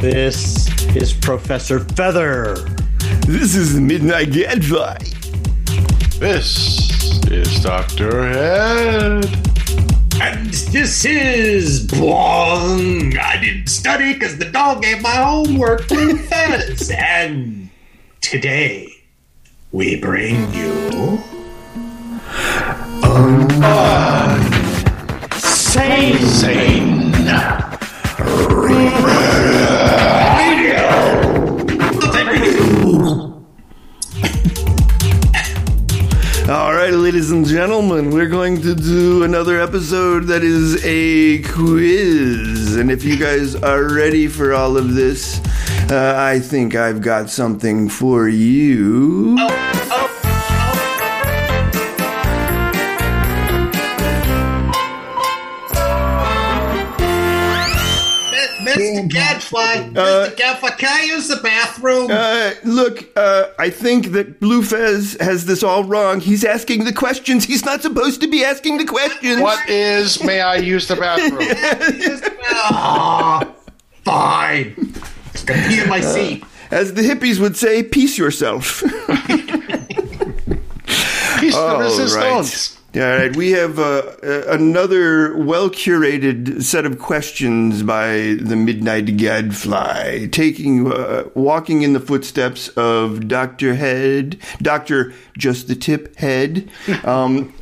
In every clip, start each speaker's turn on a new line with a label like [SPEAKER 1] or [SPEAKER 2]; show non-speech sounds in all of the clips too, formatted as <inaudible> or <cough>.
[SPEAKER 1] This is Professor Feather.
[SPEAKER 2] This is Midnight Gadfly.
[SPEAKER 3] This is Dr. Head.
[SPEAKER 1] And this is Blong. I didn't study because the dog gave my homework
[SPEAKER 2] <laughs>
[SPEAKER 1] to Fez. and today we bring you. Say
[SPEAKER 3] Zane.
[SPEAKER 2] All right, ladies and gentlemen, we're going to do another episode that is a quiz. And if you guys are ready for all of this, uh, I think I've got something for you.
[SPEAKER 1] Mr. Gadfly,
[SPEAKER 2] Uh,
[SPEAKER 1] Mr. Gadfly, can I use the bathroom?
[SPEAKER 2] Uh, look, uh, I think that Blue Fez has this all wrong. He's asking the questions. He's not supposed to be asking the questions.
[SPEAKER 3] What is may I use the
[SPEAKER 4] <laughs>
[SPEAKER 3] bathroom?
[SPEAKER 1] Ah, fine. Just gonna pee in
[SPEAKER 2] uh,
[SPEAKER 1] my seat.
[SPEAKER 2] As the hippies would say, peace yourself. <laughs>
[SPEAKER 3] He's the
[SPEAKER 4] Oh,
[SPEAKER 2] All
[SPEAKER 3] resistance.
[SPEAKER 2] right. All right, we have uh, uh, another well curated set of questions by the Midnight Gadfly, taking uh, walking in the footsteps of Doctor Head, Doctor Just the Tip Head. Um,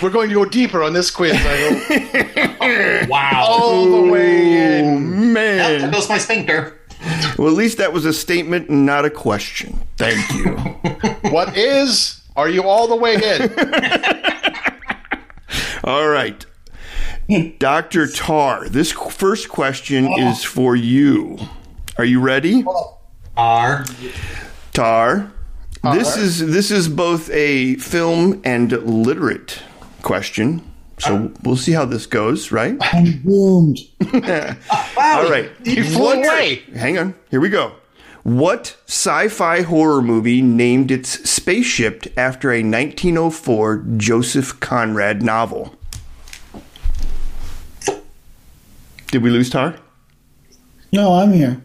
[SPEAKER 3] We're going to go deeper on this quiz, I
[SPEAKER 4] <laughs>
[SPEAKER 3] hope.
[SPEAKER 1] Wow.
[SPEAKER 3] All the way in.
[SPEAKER 2] oh man!
[SPEAKER 1] That goes my sphincter.
[SPEAKER 2] Well, at least that was a statement, and not a question. Thank you.
[SPEAKER 3] What is? Are you all the way
[SPEAKER 4] <laughs>
[SPEAKER 3] in?
[SPEAKER 2] All right. Dr. Tar, this qu- first question is for you. Are you ready?
[SPEAKER 1] R.
[SPEAKER 2] Tar. This is this is both a film and literate question. So
[SPEAKER 3] Ah.
[SPEAKER 2] we'll see how this goes, right? All
[SPEAKER 3] <laughs>
[SPEAKER 2] right.
[SPEAKER 3] He flew away.
[SPEAKER 2] Hang on. Here we go. What sci-fi horror movie named its spaceship after a 1904 Joseph Conrad novel? Did we lose Tar?
[SPEAKER 5] No, I'm here.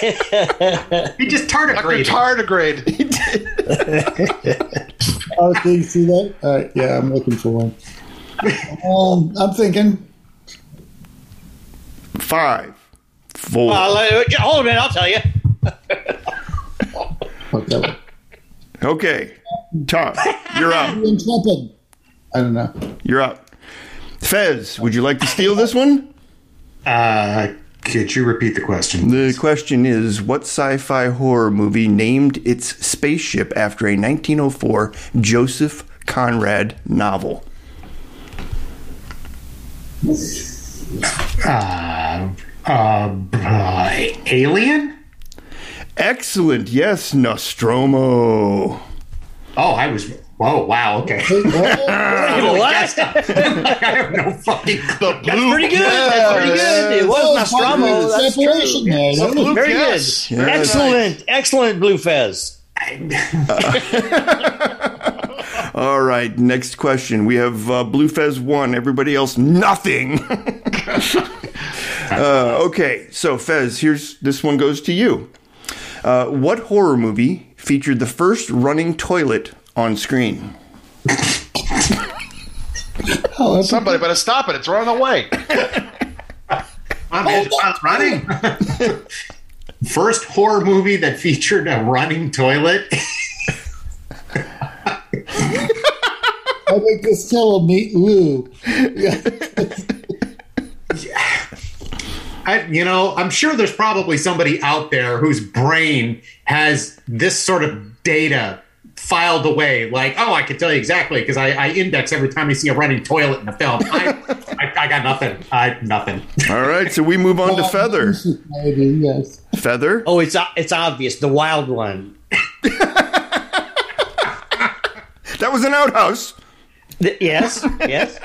[SPEAKER 1] He just tardigrades.
[SPEAKER 3] Retardigrade.
[SPEAKER 5] Oh, did you see that? All right, yeah, I'm looking for one. Um, I'm thinking.
[SPEAKER 2] Five, four.
[SPEAKER 4] hold a minute, I'll tell you.
[SPEAKER 5] Fuck that one.
[SPEAKER 2] Okay. Tar, you're up.
[SPEAKER 5] Intrepid. I don't
[SPEAKER 4] <laughs>
[SPEAKER 5] know.
[SPEAKER 2] You're up. Fez, would you like to steal this one?
[SPEAKER 1] uh, could you repeat the question?
[SPEAKER 2] The question is what sci fi horror movie named its spaceship after a 1904 Joseph Conrad novel?
[SPEAKER 1] Uh, alien?
[SPEAKER 2] Excellent. Yes, Nostromo.
[SPEAKER 1] Oh, I was. Oh, wow. Okay. <laughs>
[SPEAKER 4] what? That's
[SPEAKER 1] I have no fucking clue.
[SPEAKER 3] The blue.
[SPEAKER 4] pretty good. That's pretty good. It was Nostromo. That's
[SPEAKER 5] Oh, Separation
[SPEAKER 4] true.
[SPEAKER 5] there. That was-
[SPEAKER 3] Luke,
[SPEAKER 4] Very good.
[SPEAKER 3] yes.
[SPEAKER 4] Excellent. Excellent, Blue Fez.
[SPEAKER 2] All right, next question. We have uh, Blue Fez 1, everybody else, nothing. <laughs> uh, okay, so Fez, here's this one goes to you. Uh, what horror movie featured the first running toilet on screen?
[SPEAKER 5] Oh, that's-
[SPEAKER 3] Somebody better stop it. It's running away.
[SPEAKER 1] I'm I'm running. Oh, <laughs> First horror movie that featured a running toilet.
[SPEAKER 5] I think this fellow meet Lou.
[SPEAKER 1] I, you know, I'm sure there's probably somebody out there whose brain has this sort of data filed away. Like, oh, I can tell you exactly because I, I index every time you see a running toilet in the film. I, I, I got nothing. I nothing.
[SPEAKER 2] All right, so we move on to
[SPEAKER 3] <laughs>
[SPEAKER 2] Feather.
[SPEAKER 5] Maybe, yes.
[SPEAKER 2] Feather?
[SPEAKER 4] Oh, it's o- it's obvious. The wild one.
[SPEAKER 2] That was an outhouse.
[SPEAKER 4] Th- <laughs> yes, yes.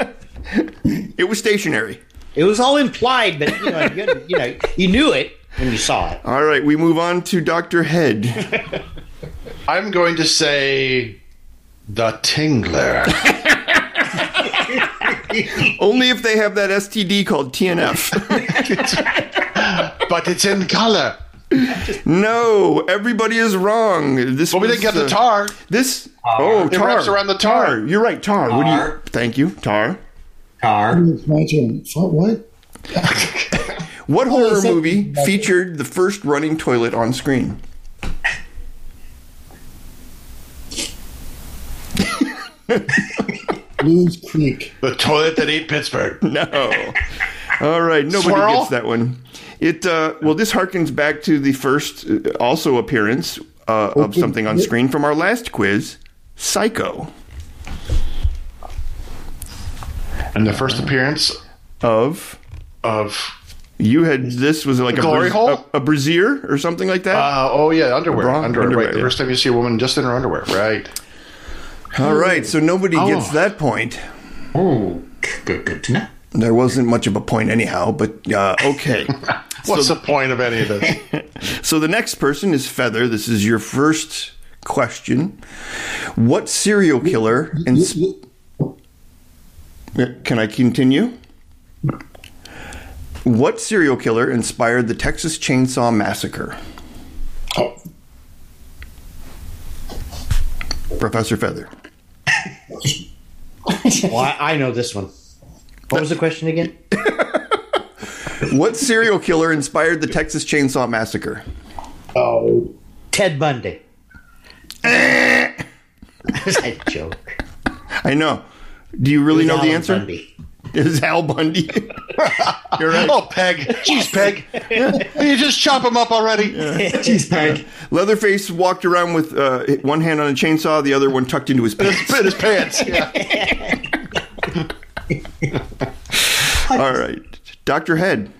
[SPEAKER 2] It was stationary.
[SPEAKER 4] It was all implied, but you know, you, you know, you knew it when you saw it.
[SPEAKER 2] All right, we move on to
[SPEAKER 3] <laughs>
[SPEAKER 2] Dr. Head.
[SPEAKER 3] I'm going to say the Tingler. <laughs>
[SPEAKER 2] Only if they have that STD called TNF.
[SPEAKER 3] but it's in color.
[SPEAKER 2] No, everybody is wrong. This
[SPEAKER 3] But we
[SPEAKER 2] was,
[SPEAKER 3] didn't get the
[SPEAKER 2] uh,
[SPEAKER 3] tar.
[SPEAKER 2] This oh
[SPEAKER 3] It
[SPEAKER 2] tar
[SPEAKER 3] wraps around the tar.
[SPEAKER 2] You're right, tar. What do you?
[SPEAKER 1] Tar.
[SPEAKER 2] Thank you, tar.
[SPEAKER 1] Tar.
[SPEAKER 5] It's my turn. Fuck, What?
[SPEAKER 2] What horror
[SPEAKER 5] it's a-
[SPEAKER 2] movie featured the first running toilet on screen?
[SPEAKER 5] Blues Creek.
[SPEAKER 3] The toilet that ate Pittsburgh.
[SPEAKER 2] <laughs> No. All right, nobody
[SPEAKER 3] Swirl?
[SPEAKER 2] gets that one. It uh, well, this harkens back to the first uh, also appearance uh, of something on screen from our last quiz, Psycho,
[SPEAKER 3] And the first appearance
[SPEAKER 2] of
[SPEAKER 3] of
[SPEAKER 2] you had this was like a
[SPEAKER 3] Glory
[SPEAKER 2] bras-
[SPEAKER 3] hole?
[SPEAKER 2] a, a brassiere or something like that.
[SPEAKER 3] Uh, oh yeah, underwear,
[SPEAKER 2] Bra-
[SPEAKER 3] underwear.
[SPEAKER 2] underwear,
[SPEAKER 3] right, the
[SPEAKER 2] yeah.
[SPEAKER 3] first time you see a woman just in her underwear. Right.
[SPEAKER 2] All right, so nobody gets
[SPEAKER 3] Uh, Oh.
[SPEAKER 2] that point.
[SPEAKER 1] Ooh, good, good to know.
[SPEAKER 2] There wasn't much of a point anyhow, but uh,
[SPEAKER 3] <laughs>
[SPEAKER 2] okay.
[SPEAKER 3] What's the point of any of this?
[SPEAKER 2] so the next person is Feather. This is your first question. What serial killer
[SPEAKER 5] You-
[SPEAKER 2] ins-
[SPEAKER 5] you-
[SPEAKER 2] Can I continue? What serial killer inspired the Texas Chainsaw Massacre?
[SPEAKER 5] oh,
[SPEAKER 2] Professor Feather.
[SPEAKER 4] Well, I, I know this one. What was the question again?
[SPEAKER 2] What serial killer inspired the Texas Chainsaw Massacre?
[SPEAKER 5] oh,
[SPEAKER 4] Ted <laughs> Bundy. That's a joke.
[SPEAKER 2] I know. Do you really know the
[SPEAKER 4] Alan
[SPEAKER 2] answer? <laughs>
[SPEAKER 4] <laughs> Bundy.
[SPEAKER 2] It's Al Bundy. <laughs> You're right.
[SPEAKER 3] <laughs> Oh, Peg, jeez, Peg, you just chop him up already.
[SPEAKER 1] Jeez, Peg.
[SPEAKER 2] Leatherface walked around with uh, one hand on a chainsaw, the other one tucked into his pants.
[SPEAKER 3] Spit his pants. Yeah.
[SPEAKER 2] <laughs> All right. Dr. Head.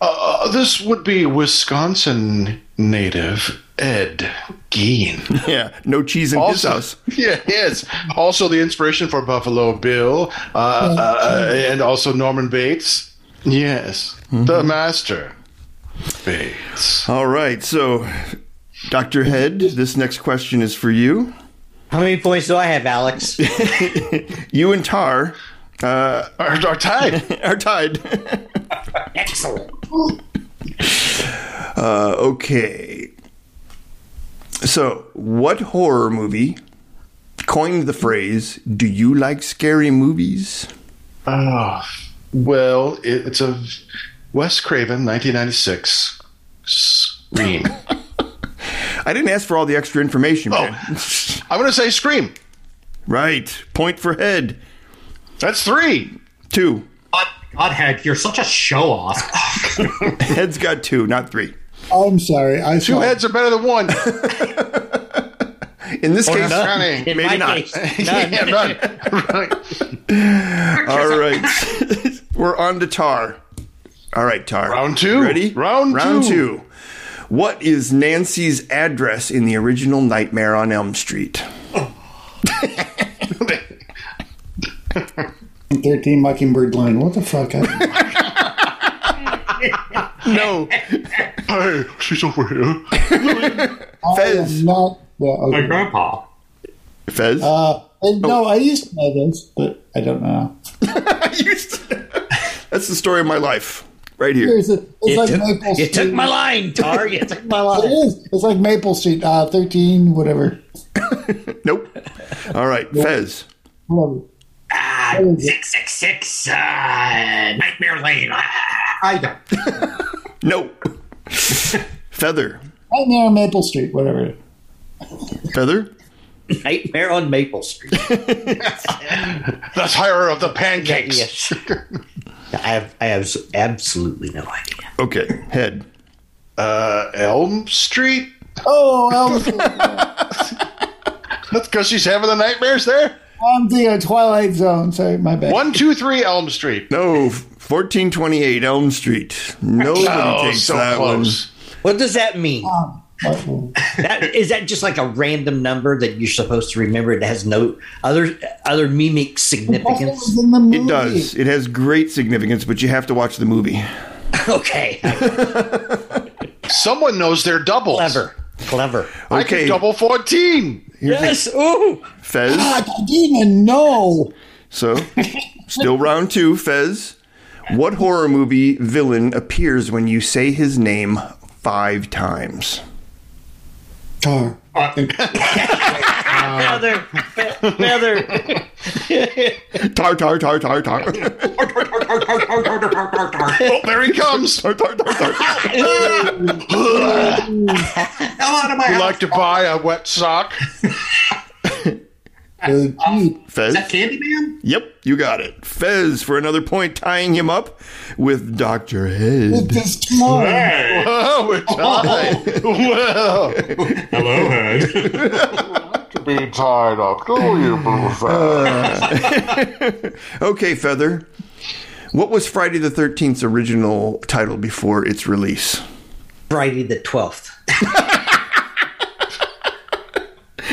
[SPEAKER 3] Uh, this would be Wisconsin native Ed Gein.
[SPEAKER 2] Yeah, no cheese in his house.
[SPEAKER 3] yeah, yes. Also, the inspiration for Buffalo Bill, uh, uh, and also Norman Bates. Yes,
[SPEAKER 2] Mm-hmm.
[SPEAKER 3] the master Bates.
[SPEAKER 2] All right, so Dr. Head, this next question is for you.
[SPEAKER 4] How many points do I
[SPEAKER 2] <laughs>
[SPEAKER 4] have, Alex?
[SPEAKER 2] You and Tar <laughs>
[SPEAKER 3] Our, our tide.
[SPEAKER 2] are tied.
[SPEAKER 4] Excellent.
[SPEAKER 2] Uh, okay. So, what horror movie coined the phrase, do you like scary movies?
[SPEAKER 3] Oh, well, it, it's a Wes Craven 1996 Scream.
[SPEAKER 2] I didn't ask for all the extra information, man.
[SPEAKER 3] I'm going to say Scream.
[SPEAKER 2] Right. Point for Head.
[SPEAKER 3] That's three.
[SPEAKER 2] Two.
[SPEAKER 1] God, Godhead, you're such a show off.
[SPEAKER 2] Head's got two, not three.
[SPEAKER 5] I'm sorry. I
[SPEAKER 3] Two heads are better than one.
[SPEAKER 2] In this case,
[SPEAKER 3] Johnny.
[SPEAKER 4] In
[SPEAKER 2] Maybe
[SPEAKER 4] my
[SPEAKER 2] not. <laughs>
[SPEAKER 4] case, none.
[SPEAKER 3] Yeah, run. Run.
[SPEAKER 2] all right. <laughs> We're on to Tar. All right, Tar.
[SPEAKER 3] Round two.
[SPEAKER 2] Ready?
[SPEAKER 3] Round
[SPEAKER 2] Round
[SPEAKER 3] two.
[SPEAKER 2] two. What is Nancy's address in the original Nightmare on Elm Street?
[SPEAKER 5] 13 Mockingbird Lane. What the fuck? I,
[SPEAKER 2] No.
[SPEAKER 3] Hey, she's over here.
[SPEAKER 5] I
[SPEAKER 2] Fez.
[SPEAKER 5] am not. Well,
[SPEAKER 1] My
[SPEAKER 5] okay.
[SPEAKER 1] grandpa.
[SPEAKER 2] Fez? <laughs>
[SPEAKER 5] uh, and no, I used to know this, but I don't know.
[SPEAKER 2] I used to- <laughs> That's the story of my life. Right here.
[SPEAKER 5] Here's a, it's
[SPEAKER 4] You,
[SPEAKER 5] like
[SPEAKER 4] took,
[SPEAKER 5] Maple
[SPEAKER 4] you
[SPEAKER 5] Street.
[SPEAKER 4] took my line, Tar. You took my
[SPEAKER 5] It
[SPEAKER 4] line.
[SPEAKER 5] is. It's like Maple Street. Uh, 13, whatever.
[SPEAKER 2] Nope. All right, Fez.
[SPEAKER 5] Whatever.
[SPEAKER 1] Ah, 666, uh, Nightmare Lane. Ah, I don't.
[SPEAKER 2] Nope. <laughs> Feather.
[SPEAKER 5] Nightmare on Maple Street, whatever.
[SPEAKER 2] Feather?
[SPEAKER 4] Nightmare on Maple Street.
[SPEAKER 3] The tire of the pancakes.
[SPEAKER 4] <laughs> Yes. I have I have absolutely no idea.
[SPEAKER 2] Okay, Head.
[SPEAKER 3] Uh, Elm Street?
[SPEAKER 5] Oh, Elvis.
[SPEAKER 3] That's because she's having the nightmares there.
[SPEAKER 5] I'm thinking of Twilight Zone. Sorry, my bad.
[SPEAKER 3] One, two, three, Elm Street.
[SPEAKER 2] No, 1428 Elm Street. Nobody
[SPEAKER 3] Oh,
[SPEAKER 2] takes
[SPEAKER 3] so
[SPEAKER 2] that
[SPEAKER 3] close.
[SPEAKER 4] What does that mean?
[SPEAKER 5] Oh. Um, What-
[SPEAKER 4] That is that just like a random number that you're supposed to remember that has no other other mimic
[SPEAKER 5] It was
[SPEAKER 4] significance?
[SPEAKER 5] in the movie.
[SPEAKER 2] It does. It has great significance, but you have to watch the movie.
[SPEAKER 4] <laughs> Okay.
[SPEAKER 3] Someone knows their doubles.
[SPEAKER 4] Clever. Clever.
[SPEAKER 3] I can
[SPEAKER 2] Okay,
[SPEAKER 3] double 14.
[SPEAKER 4] Yes. Ooh.
[SPEAKER 2] Fez.
[SPEAKER 5] I didn't even know.
[SPEAKER 3] <laughs>
[SPEAKER 2] So, still round two, Fez. What horror movie villain appears when you say his name five times?
[SPEAKER 5] Oh,
[SPEAKER 4] feather, fe- feather.
[SPEAKER 2] Tar, tar, tar, tar, tar. <laughs> tar,
[SPEAKER 1] Come
[SPEAKER 3] Oh, there he comes.
[SPEAKER 2] tar, tar, tar.
[SPEAKER 1] out of my
[SPEAKER 3] Would
[SPEAKER 1] house.
[SPEAKER 3] like to buy a wet sock?
[SPEAKER 5] uh, gee,
[SPEAKER 1] Is
[SPEAKER 2] Fez?
[SPEAKER 1] that Candyman?
[SPEAKER 2] Yep, you got it. Fez for another point, tying him up with Dr.
[SPEAKER 5] it
[SPEAKER 2] Head.
[SPEAKER 5] is tomorrow.
[SPEAKER 1] Hey.
[SPEAKER 3] Oh, <laughs> we're tied. well,
[SPEAKER 1] <laughs> Hello, Hood.
[SPEAKER 3] to <laughs> be tied up, do you, Blue
[SPEAKER 2] Uh, Okay, Feather. What was Friday the 13th's original title before its release?
[SPEAKER 4] Friday the twelfth.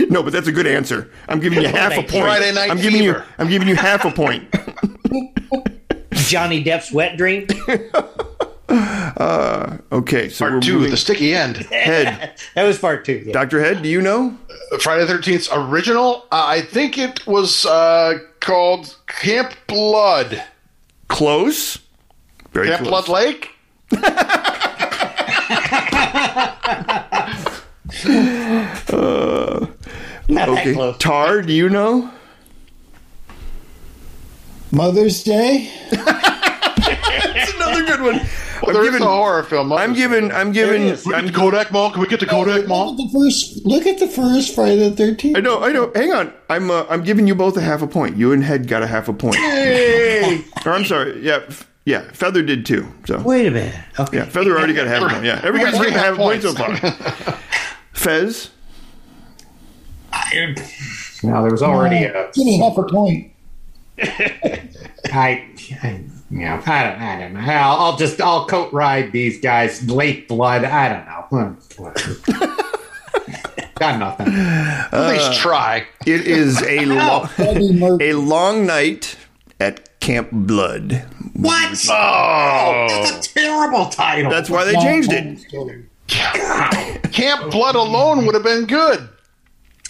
[SPEAKER 2] No, but that's a good answer. I'm giving you half a
[SPEAKER 4] Thank
[SPEAKER 2] point.
[SPEAKER 3] <laughs> Friday Night
[SPEAKER 2] I'm giving
[SPEAKER 3] Fever.
[SPEAKER 2] you I'm giving you half a point.
[SPEAKER 4] Johnny Depp's wet dream.
[SPEAKER 2] Okay, so we're
[SPEAKER 3] Part two,
[SPEAKER 2] moving
[SPEAKER 3] the sticky end.
[SPEAKER 2] head.
[SPEAKER 4] That was part two. Yeah.
[SPEAKER 2] Dr. Head, do you know?
[SPEAKER 3] Friday the 13th's original, uh, I think it was uh, called Camp Blood.
[SPEAKER 2] Close. Very
[SPEAKER 3] Camp
[SPEAKER 2] close.
[SPEAKER 3] Blood Lake?
[SPEAKER 4] Not that
[SPEAKER 2] Okay.
[SPEAKER 4] close.
[SPEAKER 2] Tar, do you know?
[SPEAKER 5] Mother's Day.
[SPEAKER 2] That's another good one.
[SPEAKER 3] Well,
[SPEAKER 2] I'm
[SPEAKER 3] there is
[SPEAKER 2] giving
[SPEAKER 3] a horror film.
[SPEAKER 2] I'm giving I'm giving
[SPEAKER 3] I'm Kodak Mall. Can we get to Kodak Mall?
[SPEAKER 5] Look at the first. Look at the first Friday the Thirteenth.
[SPEAKER 2] I know, I know. Hang on. I'm uh, I'm giving you both a half a point. You and Head got a half a point. or I'm sorry. Yeah, f- yeah. Feather did too. So
[SPEAKER 4] Wait a minute. Okay.
[SPEAKER 2] yeah, Feather already got a half a point. Yeah, everybody's
[SPEAKER 3] Three
[SPEAKER 2] getting a half
[SPEAKER 3] half
[SPEAKER 2] a point so
[SPEAKER 3] points.
[SPEAKER 2] far.
[SPEAKER 3] <laughs>
[SPEAKER 2] Fez,
[SPEAKER 1] Now there was already a.
[SPEAKER 5] Give me half a point.
[SPEAKER 1] I, I, you know, I don't, I don't know. I'll, I'll just, I'll coat ride these guys. Late blood. I don't know. Whatever. Got nothing.
[SPEAKER 3] At
[SPEAKER 2] Uh.
[SPEAKER 3] least try.
[SPEAKER 2] it is a lo-
[SPEAKER 5] Freddie Mercury.
[SPEAKER 2] a long night at Camp Blood.
[SPEAKER 1] What?
[SPEAKER 3] Oh.
[SPEAKER 1] That's a terrible title.
[SPEAKER 2] That's why they changed it.
[SPEAKER 3] Camp Blood alone would have been good.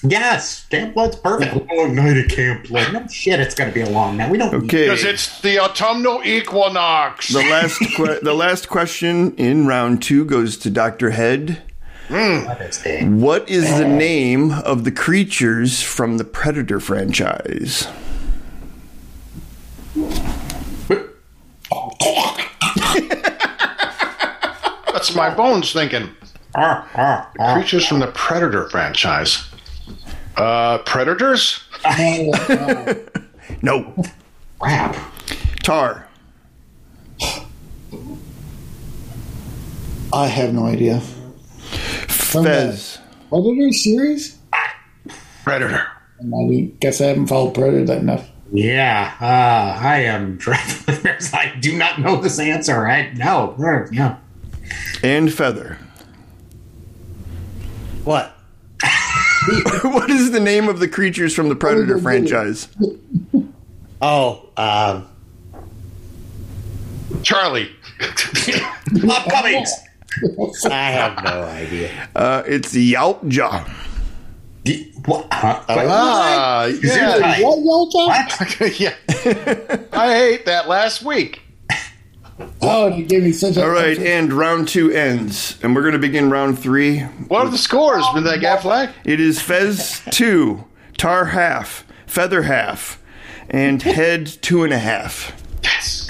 [SPEAKER 1] yes. Camp Blood's perfect. Long night at Camp Blood. No shit, it's going to be a long night. We don't need
[SPEAKER 2] Okay.
[SPEAKER 3] Because it's the autumnal equinox.
[SPEAKER 2] The last que- the last question in round two goes to Doctor Head.
[SPEAKER 1] this thing.
[SPEAKER 2] What is the name of the creatures from the Predator franchise?
[SPEAKER 3] That's my bones thinking.
[SPEAKER 1] Arr, arr, arr.
[SPEAKER 3] Creatures from the Predator franchise. Uh, predators?
[SPEAKER 2] No,
[SPEAKER 1] Crap.
[SPEAKER 2] Tar.
[SPEAKER 5] I have no idea.
[SPEAKER 2] Fez.
[SPEAKER 5] Predator series?
[SPEAKER 3] Predator.
[SPEAKER 5] I guess I haven't followed Predator that enough. <laughs>
[SPEAKER 1] Yeah, uh, I am <laughs> dreadful. I do not know this answer. I no. mm, Yeah.
[SPEAKER 2] and Feather. <laughs>
[SPEAKER 4] What?
[SPEAKER 2] what is the name of the creatures from the Predator franchise?
[SPEAKER 4] Oh, um,
[SPEAKER 3] Charlie.
[SPEAKER 1] Bob Cummings.
[SPEAKER 4] I have no idea.
[SPEAKER 2] Uh, it's Yautja.
[SPEAKER 1] D- what? Huh? Wait,
[SPEAKER 3] Ah, yeah.
[SPEAKER 1] what?
[SPEAKER 5] What, Yelta?
[SPEAKER 3] yeah. I ate that last week.
[SPEAKER 5] Oh, and he gave me such a.
[SPEAKER 2] All right,
[SPEAKER 5] <laughs>
[SPEAKER 2] and round two ends, and we're going to begin round three.
[SPEAKER 3] What are the scores, Midnight Gap Flag?
[SPEAKER 2] It is Fez two, Tar half, Feather half, and Head two and a half.
[SPEAKER 3] Yes.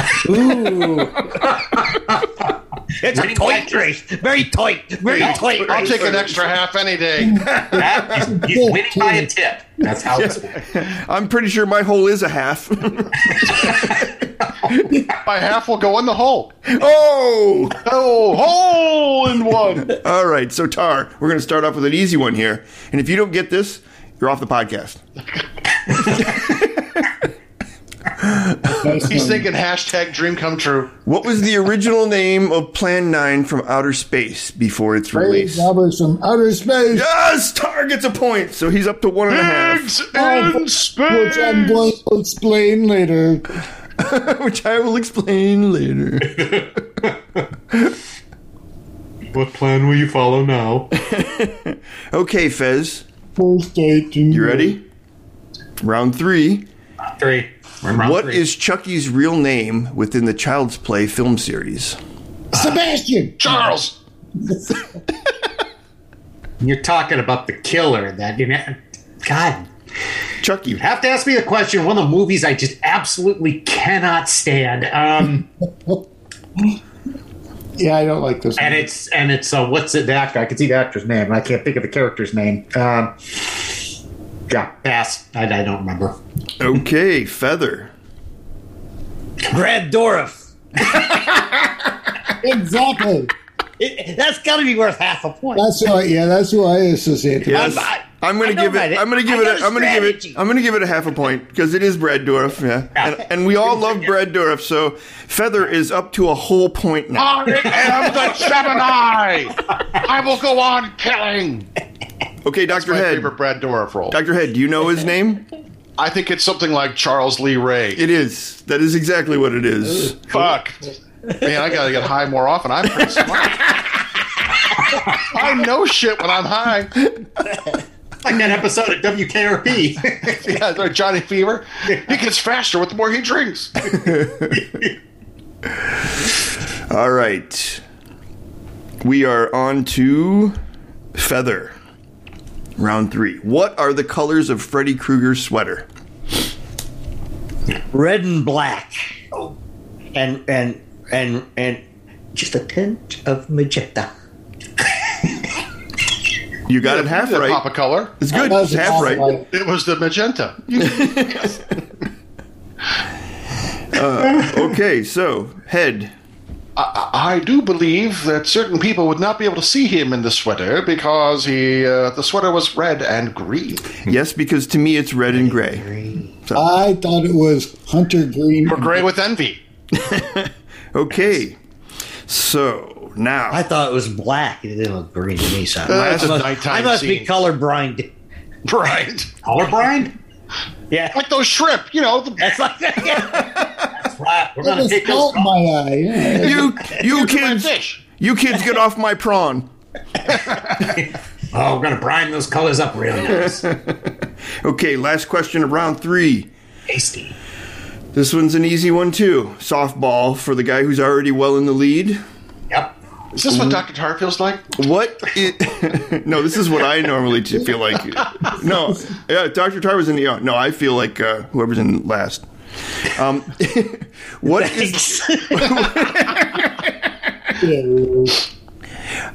[SPEAKER 4] It's a toy race. Very toy. Very
[SPEAKER 1] <laughs>
[SPEAKER 4] toy.
[SPEAKER 3] I'll take an extra half any day.
[SPEAKER 1] That is, he's winning by a tip. That's how this works.
[SPEAKER 2] I'm pretty sure my hole is a half. <laughs>
[SPEAKER 3] My half will go in the hole.
[SPEAKER 2] oh!
[SPEAKER 3] Oh, hole in one.
[SPEAKER 2] All right, so Tar, we're going to start off with an easy one here, and if you don't get this, you're off the podcast.
[SPEAKER 3] He's thinking hashtag dream come true.
[SPEAKER 2] What was the original name of Plan 9 from Outer Space before its
[SPEAKER 5] Grave
[SPEAKER 2] release?
[SPEAKER 5] robbers from outer space,
[SPEAKER 2] Yes, Tar gets a point, so he's up to one and a half,
[SPEAKER 3] Pigs in
[SPEAKER 5] which I'm
[SPEAKER 3] space.
[SPEAKER 5] going to explain later.
[SPEAKER 2] <laughs> which I will explain later.
[SPEAKER 1] What plan will you follow now?
[SPEAKER 2] Okay, Fez,
[SPEAKER 5] First date.
[SPEAKER 2] you ready? Round three.
[SPEAKER 1] Three. We're in round
[SPEAKER 2] What
[SPEAKER 1] three.
[SPEAKER 2] is Chucky's real name within the Child's Play film series?
[SPEAKER 5] Sebastian.
[SPEAKER 3] Charles.
[SPEAKER 1] You're talking about the killer that you know. God,
[SPEAKER 2] Chucky.
[SPEAKER 1] you have to ask me the question. One of the movies I just absolutely cannot stand. Um,
[SPEAKER 5] Yeah, I don't like this.
[SPEAKER 1] and
[SPEAKER 5] one.
[SPEAKER 1] it's and it's uh, what's it? The actor. I can see the actor's name. and I can't think of the character's name. Um, yeah, pass. I, I don't remember.
[SPEAKER 2] Okay, Feather.
[SPEAKER 4] Brad Dorff.
[SPEAKER 5] exactly.
[SPEAKER 4] It, that's got to be worth half a point.
[SPEAKER 5] That's who I, yeah, that's who I associate. with.
[SPEAKER 2] Yes.
[SPEAKER 4] I-
[SPEAKER 2] I'm gonna
[SPEAKER 4] I know
[SPEAKER 2] give
[SPEAKER 4] about
[SPEAKER 2] it.
[SPEAKER 4] it.
[SPEAKER 2] I'm gonna give
[SPEAKER 4] I
[SPEAKER 2] it.
[SPEAKER 4] got
[SPEAKER 2] A,
[SPEAKER 4] a
[SPEAKER 2] I'm gonna give it.
[SPEAKER 4] strategy.
[SPEAKER 2] I'm gonna give it a half a point because it is Brad Dourif.
[SPEAKER 4] <laughs>
[SPEAKER 2] Yeah, and, and we all love Brad Dourif. So Feather is up to a whole point
[SPEAKER 3] I
[SPEAKER 2] now.
[SPEAKER 3] am the Gemini. I will go on killing.
[SPEAKER 4] Oh,
[SPEAKER 2] Okay, Doctor
[SPEAKER 3] My
[SPEAKER 2] Head.
[SPEAKER 3] favorite Brad Dourif role.
[SPEAKER 2] Doctor Head, do you know
[SPEAKER 4] <laughs>
[SPEAKER 2] his name?
[SPEAKER 3] I think it's something like Charles Lee Ray.
[SPEAKER 2] It is. That is exactly what it is.
[SPEAKER 3] Fuck. Man, I gotta get high more often. I'm pretty smart. I know shit when I'm high.
[SPEAKER 1] Like that episode of
[SPEAKER 2] <laughs>
[SPEAKER 1] WKRP.
[SPEAKER 3] Yeah, like Johnny Fever. He gets faster with the more he drinks.
[SPEAKER 2] All right. We are on to Feather. Round three. What are the colors of Freddy Krueger's sweater?
[SPEAKER 4] Red and black, and and and and just a tint of magenta.
[SPEAKER 2] You got it half
[SPEAKER 3] The pop
[SPEAKER 2] right.
[SPEAKER 3] of color.
[SPEAKER 2] It's good.
[SPEAKER 5] That's
[SPEAKER 2] half
[SPEAKER 5] awful.
[SPEAKER 2] right.
[SPEAKER 3] It was the magenta.
[SPEAKER 2] Okay, so head.
[SPEAKER 3] I do believe that certain people would not be able to see him in the sweater because he uh, the sweater was red and green.
[SPEAKER 2] Yes, because to me it's red and gray.
[SPEAKER 5] I thought it was Hunter Green.
[SPEAKER 3] Or gray with envy.
[SPEAKER 2] Okay. So
[SPEAKER 4] I
[SPEAKER 2] now
[SPEAKER 4] thought it was black. It didn't look green to me. So I
[SPEAKER 3] Uh, That's a
[SPEAKER 4] must,
[SPEAKER 3] nighttime
[SPEAKER 4] I must be
[SPEAKER 3] scene.
[SPEAKER 4] colorblind.
[SPEAKER 3] Right.
[SPEAKER 1] Colorblind.
[SPEAKER 4] Yeah,
[SPEAKER 3] Like those shrimp, you know, the,
[SPEAKER 4] that's like yeah.
[SPEAKER 1] Right. Uh, We're
[SPEAKER 5] It
[SPEAKER 1] gonna
[SPEAKER 5] was
[SPEAKER 1] take
[SPEAKER 5] salt
[SPEAKER 1] those.
[SPEAKER 5] in my eye.
[SPEAKER 2] <laughs>
[SPEAKER 5] Yeah.
[SPEAKER 2] you you kids
[SPEAKER 3] fish.
[SPEAKER 2] you kids get off my prawn.
[SPEAKER 1] Oh, we're gonna brine those colors up real nice.
[SPEAKER 2] Okay, last question of round three.
[SPEAKER 1] Tasty.
[SPEAKER 2] This one's an easy one too. Softball for the guy who's already well in the lead.
[SPEAKER 1] Yep.
[SPEAKER 3] Is this what Dr. Tar feels like?
[SPEAKER 2] What? i- <laughs> no, this is what I normally t- feel like. No, yeah, Doctor Tar was in the. oh, No, I feel like uh, whoever's in last. Um, <laughs> what is? <laughs>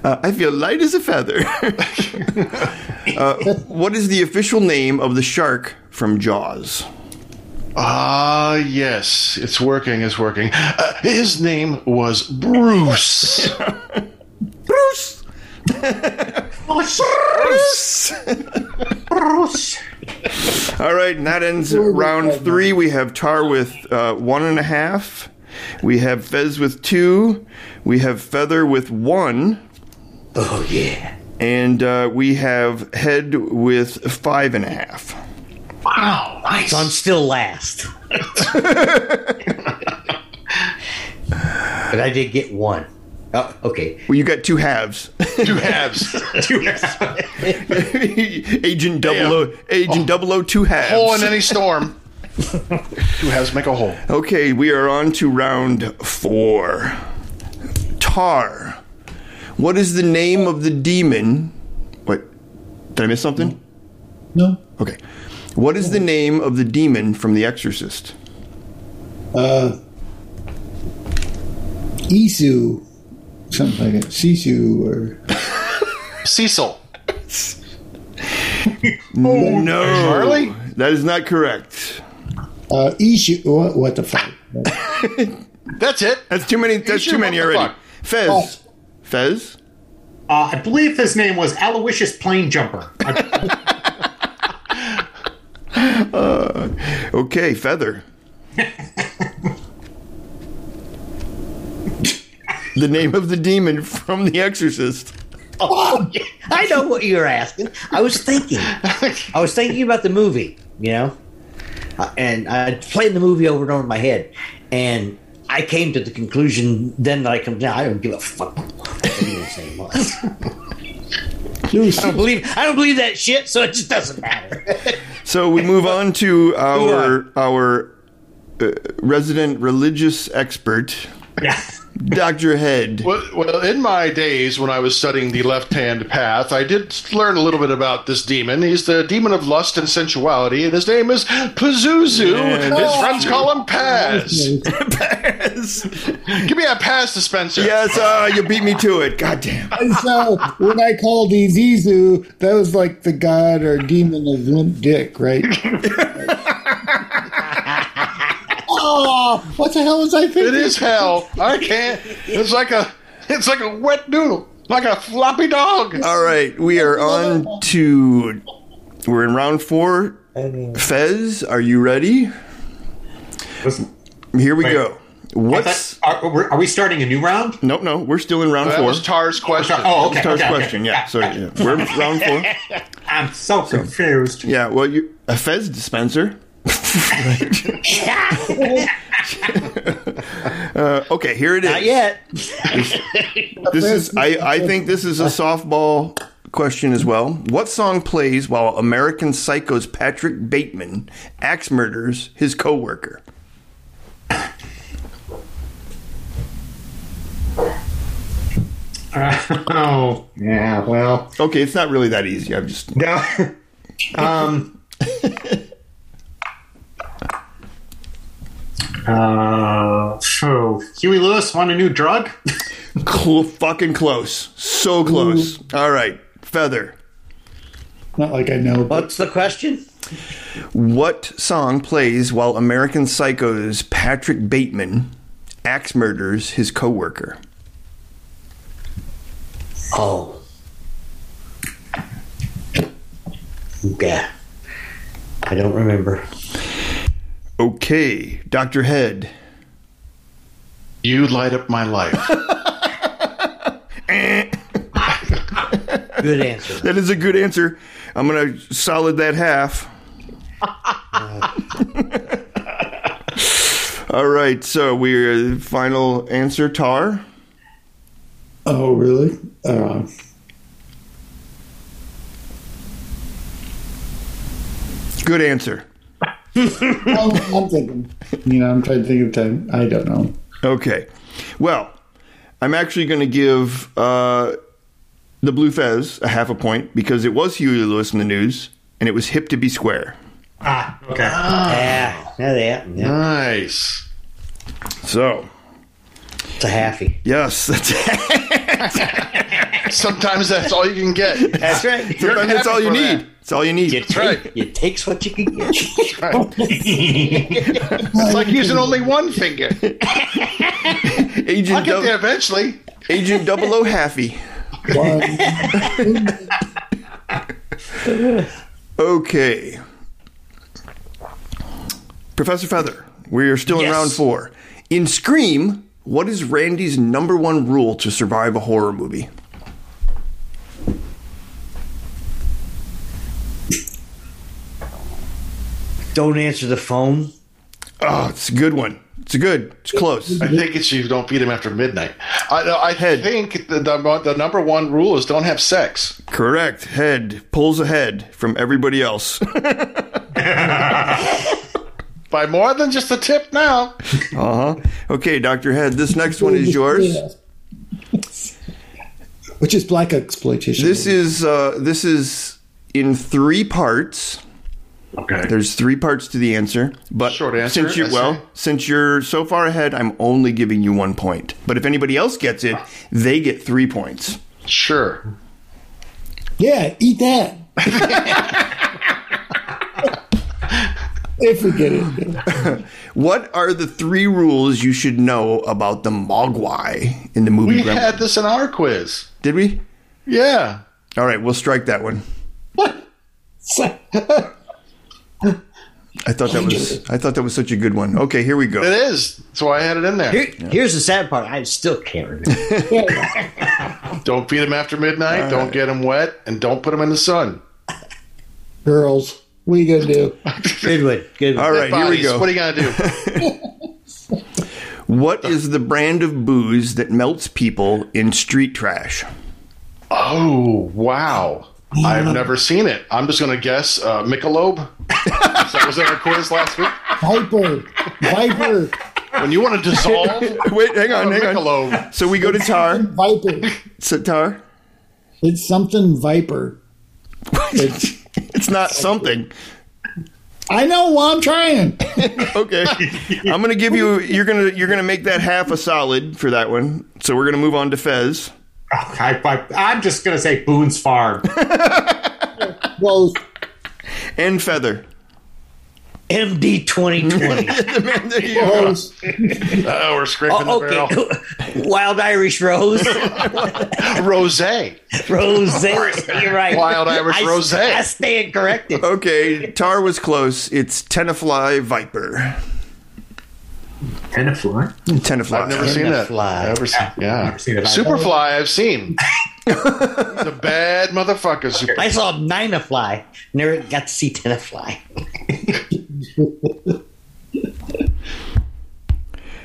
[SPEAKER 2] Uh, I feel light as a feather. <laughs> uh, what is the official name of the shark from Jaws?
[SPEAKER 3] Ah, yes. It's working, it's working. Uh, his name was
[SPEAKER 2] <laughs>
[SPEAKER 3] Bruce.
[SPEAKER 2] Bruce. Bruce. All right, and that ends round three. We have Tar with uh, one and a half. We have Fez with two. We have Feather with one.
[SPEAKER 4] Oh yeah.
[SPEAKER 2] And uh, we have Head with five and a half.
[SPEAKER 3] wow, nice.
[SPEAKER 4] So I'm
[SPEAKER 3] <laughs>
[SPEAKER 4] still last. but I did get one. Oh, okay.
[SPEAKER 2] Well, you got two halves. <laughs>
[SPEAKER 3] Two halves.
[SPEAKER 2] Agent double O, Agent double O, two
[SPEAKER 3] hole in
[SPEAKER 2] halves.
[SPEAKER 3] any storm. Two halves make a hole.
[SPEAKER 2] Okay, we are on to round four. Tar. What is the name of the demon? Wait, did I miss something?
[SPEAKER 3] Mm-hmm.
[SPEAKER 5] No.
[SPEAKER 2] Okay. What is the name of the demon from The Exorcist?
[SPEAKER 5] Uh, Isu. Something like that. Sisu
[SPEAKER 2] <laughs>
[SPEAKER 5] or.
[SPEAKER 3] Cecil.
[SPEAKER 2] Oh, no.
[SPEAKER 3] Charlie?
[SPEAKER 2] That is not correct.
[SPEAKER 5] Uh, Isu. What, what the fuck?
[SPEAKER 3] That's it.
[SPEAKER 2] That's too many. That's
[SPEAKER 3] sure
[SPEAKER 2] too many
[SPEAKER 3] what the
[SPEAKER 2] already.
[SPEAKER 3] fuck?
[SPEAKER 2] Fez.
[SPEAKER 5] Oh.
[SPEAKER 2] Fez?
[SPEAKER 1] Uh, I believe his name was Aloysius Plane Jumper.
[SPEAKER 3] <laughs>
[SPEAKER 2] Okay, Feather. the name of the demon from The Exorcist.
[SPEAKER 4] Oh, <laughs> I know what you're asking. I was thinking. I was thinking about the movie, you know, Uh, and I played the movie over and over in my head, and I came to the conclusion then that I come down. I don't give a fuck. what anyone's name was. I don't believe. I don't believe that shit. So it just doesn't matter.
[SPEAKER 2] So we move on to our our uh, resident religious expert, <laughs>
[SPEAKER 1] Yeah.
[SPEAKER 2] Dr. Head.
[SPEAKER 3] Well, well, in my days when I was studying the left hand path, I did learn a little bit about this demon. He's the demon of lust and sensuality, and his name is Pazuzu.
[SPEAKER 2] Yeah,
[SPEAKER 3] His friends call him Paz.
[SPEAKER 2] <laughs> Pass.
[SPEAKER 3] Give me a Paz dispenser.
[SPEAKER 2] Yes, uh, you beat me to it. God damn.
[SPEAKER 5] And so when I called Izizu, that was like the god or demon of limp dick, right? <laughs> oh, what the hell was I thinking?
[SPEAKER 3] It is hell. I can't. It's like a. It's like a wet noodle, like a floppy dog.
[SPEAKER 2] All right, we are on to. We're in round four. Fez, are you ready?
[SPEAKER 1] Listen,
[SPEAKER 2] Here we
[SPEAKER 1] Wait.
[SPEAKER 2] go.
[SPEAKER 1] I
[SPEAKER 2] What's.
[SPEAKER 1] thought- are, we're- are we starting a new round?
[SPEAKER 2] Nope, no, we're still in round
[SPEAKER 3] That
[SPEAKER 2] four.
[SPEAKER 3] was Tar's question.
[SPEAKER 1] Oh, okay.
[SPEAKER 2] Tar's
[SPEAKER 1] okay, okay.
[SPEAKER 2] question, yeah. Sorry, yeah. we're in round four.
[SPEAKER 1] <laughs> I'm so confused.
[SPEAKER 2] Yeah, well, you a Fez
[SPEAKER 4] <laughs>
[SPEAKER 2] dispenser. uh, okay, here it is.
[SPEAKER 4] Not yet.
[SPEAKER 2] This is I, I think this is a softball question as well. What song plays while American Psycho's Patrick Bateman axe murders his coworker?
[SPEAKER 1] Oh, yeah. Well,
[SPEAKER 2] Okay, it's not really that easy. I'm just
[SPEAKER 1] no. um. uh, so Huey Lewis want a new drug? <laughs>
[SPEAKER 2] cl- fucking close. So close. All right, Feather.
[SPEAKER 5] Not like I know, but
[SPEAKER 4] What's the question?
[SPEAKER 2] What song plays while American Psycho's Patrick Bateman axe murders his coworker?
[SPEAKER 4] Oh. Yeah. I don't remember.
[SPEAKER 2] Okay, Dr. Head.
[SPEAKER 3] You light up my life.
[SPEAKER 4] Good answer.
[SPEAKER 2] That is a good answer. I'm going to solid that half. <laughs> All right, so we're final answer tar.
[SPEAKER 5] oh really? Uh,
[SPEAKER 2] Good answer.
[SPEAKER 5] I'm, I'm thinking. You know, I'm trying to think of time. I don't know.
[SPEAKER 2] Okay. Well, I'm actually going to give uh, the Blue Fez a half a point because it was Huey Lewis in the news and it was hip to be square.
[SPEAKER 1] ah, okay.
[SPEAKER 4] Yeah. Yeah, Ah, yeah, yeah.
[SPEAKER 3] Nice.
[SPEAKER 2] So,
[SPEAKER 4] It's a halfie.
[SPEAKER 2] yes, <laughs> that's
[SPEAKER 3] Sometimes that's all you can get.
[SPEAKER 4] That's right.
[SPEAKER 3] You're
[SPEAKER 2] Sometimes <laughs> that's
[SPEAKER 3] happy
[SPEAKER 2] all you
[SPEAKER 3] for
[SPEAKER 2] need.
[SPEAKER 3] that.
[SPEAKER 2] It's all you need.
[SPEAKER 4] You
[SPEAKER 3] right.
[SPEAKER 4] take, you takes what you can get.
[SPEAKER 3] It's like using only one finger. I'll
[SPEAKER 2] Agent,
[SPEAKER 3] get there
[SPEAKER 2] Dou-
[SPEAKER 3] eventually.
[SPEAKER 2] <laughs> Agent Double O Haffy.
[SPEAKER 5] One,
[SPEAKER 2] Okay. Professor Feather, we are still in
[SPEAKER 4] Yes.
[SPEAKER 2] round four. In Scream, what is Randy's number one rule to survive a horror movie?
[SPEAKER 4] <laughs> Don't answer the phone.
[SPEAKER 2] Oh, it's a good one. It's a good. It's close.
[SPEAKER 3] I think it's you don't beat him after midnight. I, no, I
[SPEAKER 2] Head.
[SPEAKER 3] think the, the, the number one rule is don't have sex.
[SPEAKER 2] Correct. Head pulls ahead from everybody else.
[SPEAKER 3] By more than just a tip now.
[SPEAKER 2] uh huh. Okay, Dr. Head, this next one is yours.
[SPEAKER 5] <laughs> Which is black exploitation.
[SPEAKER 2] This is uh, this is in three parts.
[SPEAKER 3] Okay.
[SPEAKER 2] There's three parts to the answer, but
[SPEAKER 3] Short answer,
[SPEAKER 2] since you
[SPEAKER 3] I
[SPEAKER 2] well,
[SPEAKER 3] say.
[SPEAKER 2] since you're so far ahead, I'm only giving you one point. But if anybody else gets it, they get three points.
[SPEAKER 3] Sure.
[SPEAKER 5] yeah, eat that. if we get it.
[SPEAKER 2] What are the three rules you should know about the Mogwai in the movie?
[SPEAKER 3] We
[SPEAKER 2] Gremlins?
[SPEAKER 3] had this in our quiz.
[SPEAKER 2] Did we?
[SPEAKER 3] Yeah.
[SPEAKER 2] All right, we'll strike that one. I thought that was I thought that was such a good one. Okay, here we
[SPEAKER 3] It
[SPEAKER 2] go.
[SPEAKER 3] is. That's why I had it in there.
[SPEAKER 4] Here, Here's the sad part. I still can't remember.
[SPEAKER 3] Don't feed him after midnight. Don't get him wet. And don't put him in the sun.
[SPEAKER 5] Girls, what you gonna do?
[SPEAKER 4] Good one. Good one.
[SPEAKER 2] All right, here we
[SPEAKER 3] Bodies, What are
[SPEAKER 2] go.
[SPEAKER 3] you going to
[SPEAKER 2] <laughs>
[SPEAKER 3] do?
[SPEAKER 2] What is the brand of booze that melts people in street trash?
[SPEAKER 3] Oh wow! I've never seen it. I'm just going to guess uh, Michelob. that was in our quiz last week.
[SPEAKER 5] Viper, Viper,
[SPEAKER 3] When you want to
[SPEAKER 2] <laughs>
[SPEAKER 3] dissolve,
[SPEAKER 2] Wait, hang on, hang on.
[SPEAKER 3] Oh, Michelob.
[SPEAKER 2] So we go to Tar.
[SPEAKER 5] Viper.
[SPEAKER 2] So Tar.
[SPEAKER 5] It's something Viper.
[SPEAKER 2] <laughs> It's not something.
[SPEAKER 5] I know. Well, I'm trying.
[SPEAKER 2] Okay. I'm gonna give you. You're gonna you're gonna make that half a solid for that one. So we're gonna move on to Fez.
[SPEAKER 1] I, I, I'm just going to say Boone's Farm.
[SPEAKER 5] Well,
[SPEAKER 2] and feather.
[SPEAKER 4] MD twenty twenty.
[SPEAKER 2] Man, there you go.
[SPEAKER 5] close.
[SPEAKER 3] Oh, we're scraping the barrel.
[SPEAKER 4] Okay, <laughs> Wild Irish Rose, <laughs>
[SPEAKER 3] Rosé.
[SPEAKER 4] Rose. You're right.
[SPEAKER 3] Wild Irish
[SPEAKER 4] I,
[SPEAKER 3] Rose.
[SPEAKER 4] I stand corrected.
[SPEAKER 2] Okay, Tar was close. It's Tenafly Viper.
[SPEAKER 1] And a fly.
[SPEAKER 2] Tenafly.
[SPEAKER 3] I've never seen that.
[SPEAKER 4] Fly.
[SPEAKER 3] Never seen. Yeah.
[SPEAKER 1] Never seen it.
[SPEAKER 3] Superfly, I've seen. He's a bad motherfucker. Super-
[SPEAKER 4] I saw Nina fly. Never got to see Tenna fly.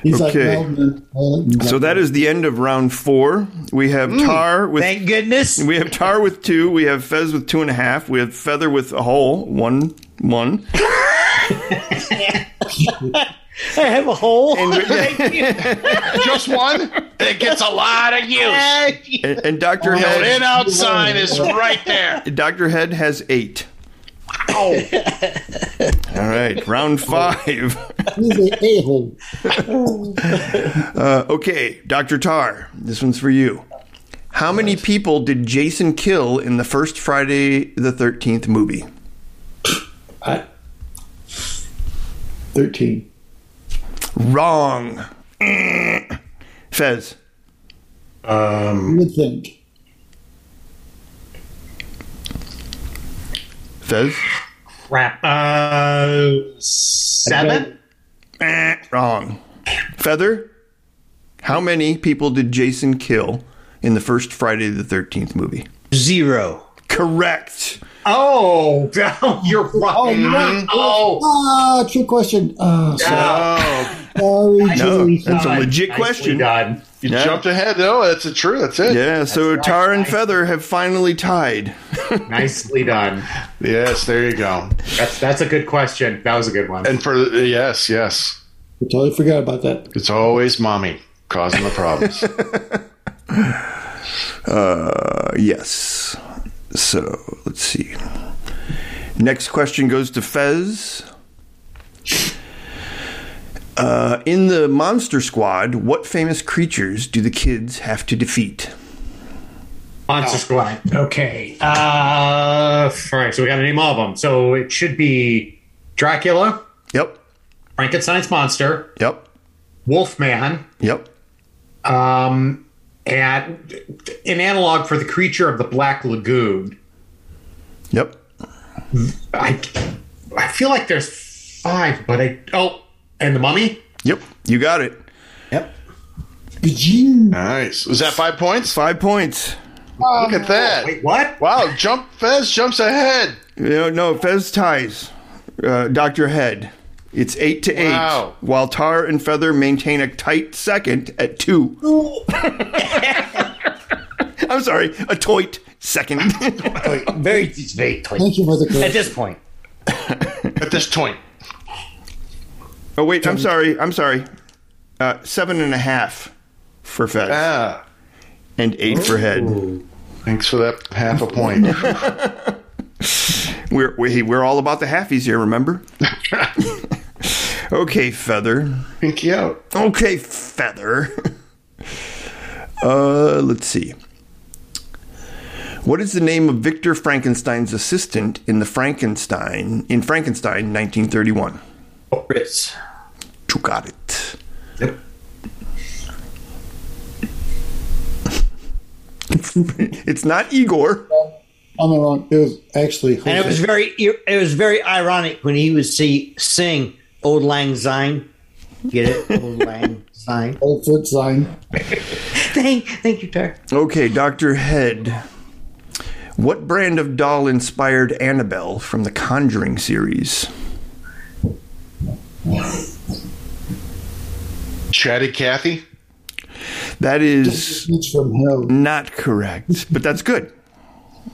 [SPEAKER 5] He's
[SPEAKER 2] Okay.
[SPEAKER 5] like, well, well,
[SPEAKER 2] so that is the end of round four. We have
[SPEAKER 3] Mm.
[SPEAKER 2] Tar with
[SPEAKER 4] Thank goodness.
[SPEAKER 2] we have Tar with two. We have Fez with two and a half. We have Feather with a hole one one.
[SPEAKER 4] <laughs> I have a hole. <laughs> Thank you.
[SPEAKER 3] Just one? It gets a lot of use.
[SPEAKER 2] And, and Doctor
[SPEAKER 3] That in
[SPEAKER 2] Head
[SPEAKER 3] out sign is right there.
[SPEAKER 2] Doctor Head has eight. <laughs> All right, round five. <laughs>
[SPEAKER 5] he's an a-hole.
[SPEAKER 2] Uh, okay, Doctor Tar, this one's for you. How many people did Jason kill in the first Friday the Thirteenth movie?
[SPEAKER 5] I- Thirteen.
[SPEAKER 2] Wrong. <clears throat> Fez.
[SPEAKER 5] You would think.
[SPEAKER 2] Fez.
[SPEAKER 1] Crap. Uh, seven?
[SPEAKER 2] Eh, Wrong. Feather. How many people did Jason kill in the first Friday the Thirteenth movie?
[SPEAKER 4] Zero.
[SPEAKER 2] Correct.
[SPEAKER 1] Oh, <laughs> you're fucking.
[SPEAKER 5] no.
[SPEAKER 1] Oh,
[SPEAKER 5] Ah, trick question. Ah,
[SPEAKER 3] Oh,
[SPEAKER 5] sorry,
[SPEAKER 2] No,
[SPEAKER 5] Jerry.
[SPEAKER 2] that's a legit
[SPEAKER 1] Nicely
[SPEAKER 2] question.
[SPEAKER 1] done.
[SPEAKER 3] you
[SPEAKER 2] Yeah.
[SPEAKER 3] jumped ahead. No, that's a true. That's it.
[SPEAKER 2] Yeah. So Tar and Feather have finally tied.
[SPEAKER 1] Nicely done.
[SPEAKER 3] Yes, there you go.
[SPEAKER 1] That's that's a good question. That was a good one.
[SPEAKER 3] And for yes, yes,
[SPEAKER 5] I totally forgot about that.
[SPEAKER 3] it's always mommy causing the
[SPEAKER 2] <laughs>
[SPEAKER 3] problems.
[SPEAKER 2] Uh, yes. So let's see. Next question goes to Fez. Uh, in the Monster Squad, what famous creatures do the kids have to defeat?
[SPEAKER 1] Monster Squad. Okay. Uh, all right. So we got to name all of them. So it should be Dracula,
[SPEAKER 2] Yep.
[SPEAKER 1] Frankenstein's monster,
[SPEAKER 2] Yep.
[SPEAKER 1] Wolfman,
[SPEAKER 2] Yep.
[SPEAKER 1] um, and an analog for the creature of the Black Lagoon.
[SPEAKER 2] Yep.
[SPEAKER 1] I I feel like there's five, but I oh, and the Mummy.
[SPEAKER 2] Yep. You got it.
[SPEAKER 5] Gene.
[SPEAKER 3] nice. Was that five points?
[SPEAKER 2] Five points.
[SPEAKER 3] Look at that.
[SPEAKER 1] Wait, what?
[SPEAKER 3] Wow, jump Fez jumps ahead.
[SPEAKER 2] No, no Fez ties. Uh, Dr. Head. It's eight to eight.
[SPEAKER 3] Wow.
[SPEAKER 2] While Tar and Feather maintain a tight second at two. <laughs> I'm sorry, a toit second. <laughs>
[SPEAKER 4] Very, it's very
[SPEAKER 5] Thank you for the
[SPEAKER 4] At
[SPEAKER 5] correction.
[SPEAKER 4] this point,
[SPEAKER 3] At this point,
[SPEAKER 2] oh, wait, I'm sorry. I'm sorry. Uh, seven and a half for Fez
[SPEAKER 3] ah,
[SPEAKER 2] and eight for Head.
[SPEAKER 3] thanks for that half a
[SPEAKER 2] <laughs>
[SPEAKER 3] point.
[SPEAKER 2] We're, we, we're all about the halfies
[SPEAKER 3] <laughs>
[SPEAKER 2] here, remember? okay, Feather.
[SPEAKER 3] Pinky out.
[SPEAKER 2] Okay, Feather. uh, let's see. What is the name of Victor Frankenstein's assistant in the Frankenstein in Frankenstein 1931?
[SPEAKER 4] Fritz.
[SPEAKER 2] You got it. <laughs> it's not Igor.
[SPEAKER 5] I'm wrong. It was actually.
[SPEAKER 4] And it was very, it was very ironic when he would see sing "Old Lang Syne." Get it? Old Lang Syne.
[SPEAKER 5] Old foot sign.
[SPEAKER 4] Thank, thank you, Tar.
[SPEAKER 2] Okay, Dr. Head. What brand of doll inspired Annabelle from the Conjuring series?
[SPEAKER 3] Chatty Cathy.
[SPEAKER 2] That is
[SPEAKER 5] It's from hell.
[SPEAKER 2] not correct, but that's good.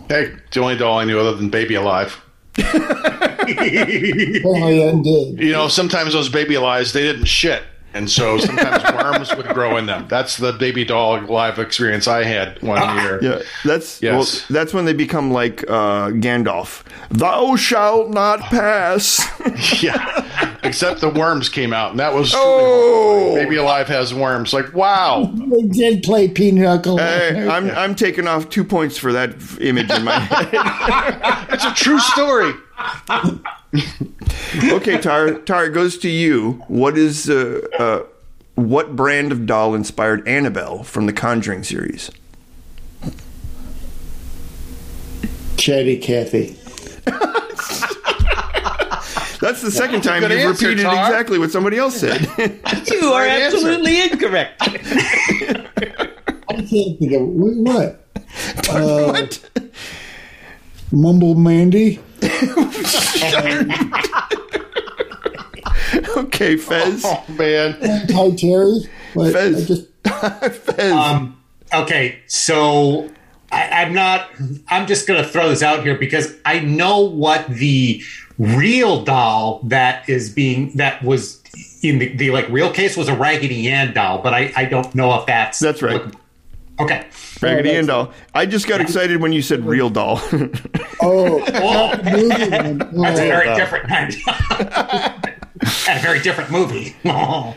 [SPEAKER 3] Hey, the only doll I knew other than Baby Alive.
[SPEAKER 5] Apparently undid.
[SPEAKER 3] You know, sometimes those baby lives they didn't shit, and so
[SPEAKER 2] <laughs>
[SPEAKER 3] sometimes worms would grow in them. That's the baby dog live experience I had one year.
[SPEAKER 2] Ah, Yeah, that's
[SPEAKER 3] Yes.
[SPEAKER 2] well, that's when they become like uh, Gandalf. Thou shalt not pass.
[SPEAKER 3] <laughs> yeah. Except the worms came out, and that was truly
[SPEAKER 2] Oh.
[SPEAKER 3] horrifying. Baby Alive has worms. Like, wow.
[SPEAKER 5] They did play Pinochle.
[SPEAKER 2] Hey, I'm I'm taking off two points for that f- image in my head.
[SPEAKER 3] It's a true story.
[SPEAKER 2] Okay, Tar, Tar it goes to you. What is uh, uh, what brand of doll inspired Annabelle from the Conjuring series?
[SPEAKER 5] Chatty Cathy.
[SPEAKER 2] That's the second time
[SPEAKER 3] good
[SPEAKER 2] you've
[SPEAKER 3] answer,
[SPEAKER 2] repeated
[SPEAKER 3] Tar.
[SPEAKER 2] exactly what somebody else said.
[SPEAKER 4] You are
[SPEAKER 3] Great answer.
[SPEAKER 4] absolutely incorrect.
[SPEAKER 5] I can't think of wh- what. Uh,
[SPEAKER 2] what?
[SPEAKER 5] Mumble Mandy.
[SPEAKER 2] Okay, Fez.
[SPEAKER 3] Oh, man.
[SPEAKER 5] Ty Terry. What,
[SPEAKER 2] Fez.
[SPEAKER 5] I just
[SPEAKER 2] Fez.
[SPEAKER 1] Um, okay, so I, I'm not. I'm just going to throw this out here because I know what the real doll that is being that was in the, the like real case was a Raggedy Ann doll, but I, I don't know if that's
[SPEAKER 2] That's right.
[SPEAKER 1] Okay.
[SPEAKER 2] Raggedy Ann doll. I just got excited when you said real doll. <laughs>
[SPEAKER 5] oh,
[SPEAKER 1] Oh, that's
[SPEAKER 5] movie one.
[SPEAKER 1] a
[SPEAKER 5] Oh,
[SPEAKER 1] very different. <laughs> and a very different movie. <laughs> Oh.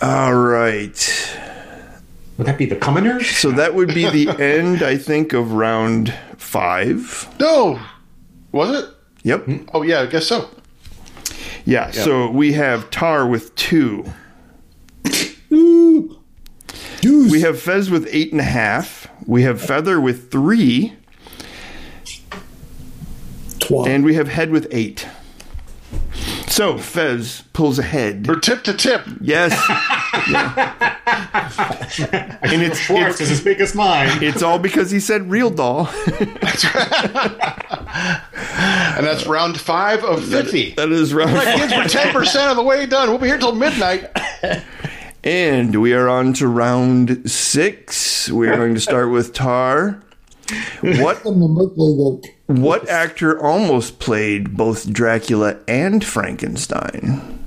[SPEAKER 2] All right.
[SPEAKER 1] Would that be the Commoners?
[SPEAKER 2] So that would be the end, I think, of round five.
[SPEAKER 3] No. Was it?
[SPEAKER 2] Yep.
[SPEAKER 3] Oh, yeah, I guess so.
[SPEAKER 2] Yeah. So we have Tar with two.
[SPEAKER 5] Deuce.
[SPEAKER 2] We have Fez with eight and a half. We have Feather with three,
[SPEAKER 5] Twat.
[SPEAKER 2] and we have Head with eight. So Fez pulls ahead.
[SPEAKER 3] Or tip to tip.
[SPEAKER 2] Yes. Yeah. And it's,
[SPEAKER 1] Schwartz
[SPEAKER 2] it's
[SPEAKER 1] is as big as mine.
[SPEAKER 2] it's all because he said real doll. <laughs>
[SPEAKER 3] And that's round five of 50.
[SPEAKER 2] that is
[SPEAKER 3] My
[SPEAKER 2] round.
[SPEAKER 3] kids were 10% of the way done. We'll be here till midnight.
[SPEAKER 2] And we are on to round six. We are going to start with Tar. What
[SPEAKER 5] Them to look like that.
[SPEAKER 2] What actor almost played both Dracula and Frankenstein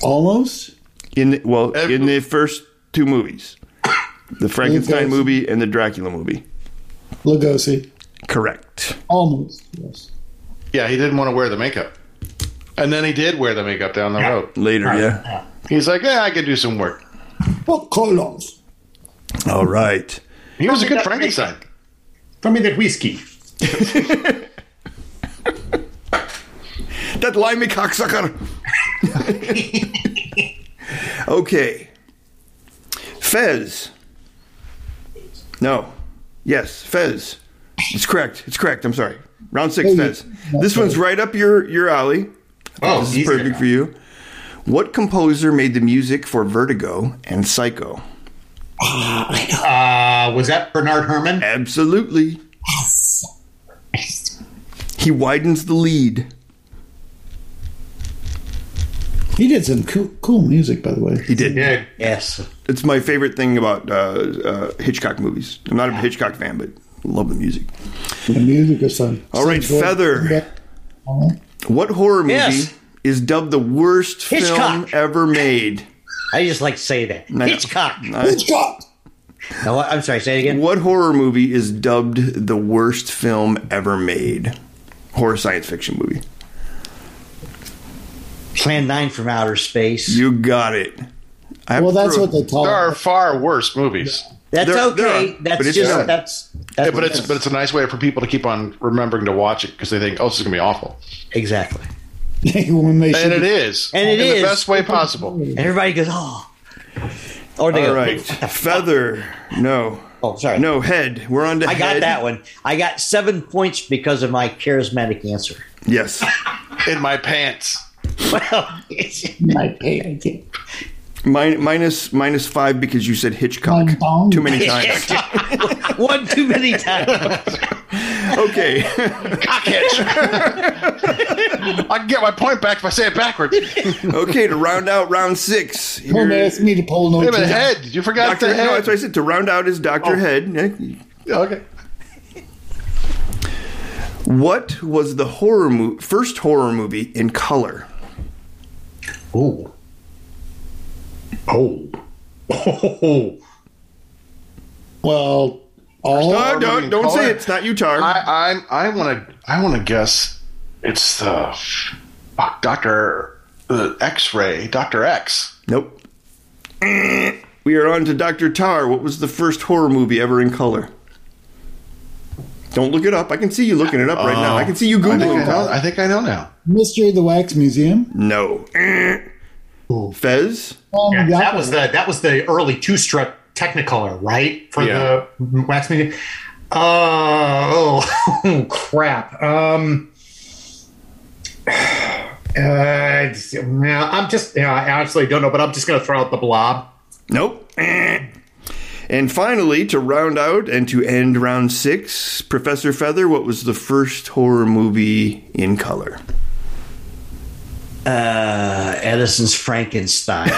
[SPEAKER 5] Almost.
[SPEAKER 2] in the, well in the first two movies, the Frankenstein
[SPEAKER 5] Lucas.
[SPEAKER 2] movie and the Dracula movie?
[SPEAKER 5] Lugosi.
[SPEAKER 2] Correct.
[SPEAKER 5] Almost. Yes.
[SPEAKER 3] Yeah, he didn't want to wear the makeup. And then he did wear the makeup down the road.
[SPEAKER 2] Later, yeah.
[SPEAKER 3] He's like, yeah, I could do some work.
[SPEAKER 5] What colors?
[SPEAKER 2] All right.
[SPEAKER 3] He was a good Frankenstein.
[SPEAKER 1] Throw me that whiskey.
[SPEAKER 2] That limey
[SPEAKER 1] <laughs>
[SPEAKER 2] cocksucker. okay. Fez. No. Yes, Fez. It's correct. It's correct. I'm sorry. Round six, Fez. This one's right up your your alley.
[SPEAKER 1] Oh,
[SPEAKER 2] this is
[SPEAKER 1] easier
[SPEAKER 2] perfect
[SPEAKER 1] now.
[SPEAKER 2] for you. What composer made the music for Vertigo and Psycho?
[SPEAKER 1] Uh, was that Bernard Herman?
[SPEAKER 2] Absolutely. He widens the lead.
[SPEAKER 5] He did some cool, cool music, by the way.
[SPEAKER 2] He did.
[SPEAKER 1] Yeah.
[SPEAKER 4] <laughs> Yes.
[SPEAKER 2] It's my favorite thing about uh, uh, Hitchcock movies. I'm not a Hitchcock fan, but love the music.
[SPEAKER 5] The music was fun.
[SPEAKER 2] All right, Feather. What horror movie
[SPEAKER 4] Yes.
[SPEAKER 2] is dubbed the worst film
[SPEAKER 4] Hitchcock.
[SPEAKER 2] ever made?
[SPEAKER 4] I just like to say that. Hitchcock.
[SPEAKER 3] Uh,
[SPEAKER 5] Hitchcock.
[SPEAKER 4] No, what- I'm sorry, say it again.
[SPEAKER 2] What horror movie is dubbed the worst film ever made? Horror science fiction movie.
[SPEAKER 4] Plan 9 from Outer Space.
[SPEAKER 2] You got it. I have
[SPEAKER 5] Well,
[SPEAKER 2] to
[SPEAKER 5] that's
[SPEAKER 2] throw-
[SPEAKER 5] what they call
[SPEAKER 3] There are
[SPEAKER 5] it.
[SPEAKER 3] far worse movies.
[SPEAKER 4] that's
[SPEAKER 2] there- there
[SPEAKER 4] okay.
[SPEAKER 2] are, but
[SPEAKER 4] that's
[SPEAKER 2] it's
[SPEAKER 4] just,
[SPEAKER 2] good.
[SPEAKER 4] that's,
[SPEAKER 3] Yeah,
[SPEAKER 4] that's.
[SPEAKER 3] but it's but it's a nice way for people to keep on remembering to watch it because they think, oh, this is gonna be awful,
[SPEAKER 4] Exactly.
[SPEAKER 5] when <laughs> they
[SPEAKER 3] and
[SPEAKER 5] shoot
[SPEAKER 3] it is,
[SPEAKER 4] And it
[SPEAKER 3] in
[SPEAKER 4] is.
[SPEAKER 3] the best way possible.
[SPEAKER 4] And everybody goes, oh. Or they
[SPEAKER 2] All
[SPEAKER 4] <laughs> go,
[SPEAKER 2] right, feather. No,
[SPEAKER 4] oh, sorry.
[SPEAKER 2] no head. We're on to.
[SPEAKER 4] I got
[SPEAKER 2] head.
[SPEAKER 4] that one. I got seven points because of my charismatic answer. <laughs>
[SPEAKER 2] Yes,
[SPEAKER 3] In my pants.
[SPEAKER 4] Well, it's,
[SPEAKER 5] my pants.
[SPEAKER 2] Min- minus minus five because you said Hitchcock
[SPEAKER 5] Bong bong.
[SPEAKER 2] too many times.
[SPEAKER 4] <laughs> one too many times.
[SPEAKER 2] okay,
[SPEAKER 3] I can get my point back if I say it
[SPEAKER 2] <laughs>
[SPEAKER 3] backwards. Wait
[SPEAKER 2] okay. To round out round
[SPEAKER 3] <laughs>
[SPEAKER 2] six,
[SPEAKER 5] Don't
[SPEAKER 2] here-
[SPEAKER 5] ask me to pull no
[SPEAKER 3] a minute,
[SPEAKER 5] teeth.
[SPEAKER 3] head. You forgot
[SPEAKER 2] Doctor.
[SPEAKER 3] the Oh.
[SPEAKER 2] No,
[SPEAKER 3] head.
[SPEAKER 2] that's what I said. To round out is Doctor Head.
[SPEAKER 3] Okay.
[SPEAKER 2] What was the horror mo- first horror movie in color?
[SPEAKER 1] Ooh. Oh. <laughs> Oh.
[SPEAKER 5] Well, all
[SPEAKER 2] Oh, No,
[SPEAKER 3] movie
[SPEAKER 2] Uh, don't
[SPEAKER 3] in
[SPEAKER 2] don't say
[SPEAKER 3] color?
[SPEAKER 2] it's not Utah.
[SPEAKER 3] I I'm, I want to I want to guess it's the fuck, Doctor uh, X-ray Doctor X.
[SPEAKER 2] nope. <clears throat> we are on to Dr. Tar. What was the first horror movie ever in color? Don't look it up. I can see you looking it up right now. I can see you
[SPEAKER 3] Oh. I think I
[SPEAKER 2] googling.
[SPEAKER 3] know.
[SPEAKER 2] that.
[SPEAKER 3] I think I know now.
[SPEAKER 5] Mystery of the Wax Museum.
[SPEAKER 2] No. <clears throat> Fez.
[SPEAKER 5] Um,
[SPEAKER 1] Yeah,
[SPEAKER 5] yeah.
[SPEAKER 1] that was the that was the early two strip Technicolor, right? For
[SPEAKER 3] Yeah.
[SPEAKER 1] the wax media. Uh, oh, <laughs> crap. Um, <sighs> uh, yeah, I'm just, yeah, I honestly don't know, but I'm just going to throw out the blob.
[SPEAKER 2] Nope. <clears throat> And finally, to round out and to end round six, Professor Feather, what was the first horror movie in color?
[SPEAKER 4] Uh, Edison's <laughs> Frankenstein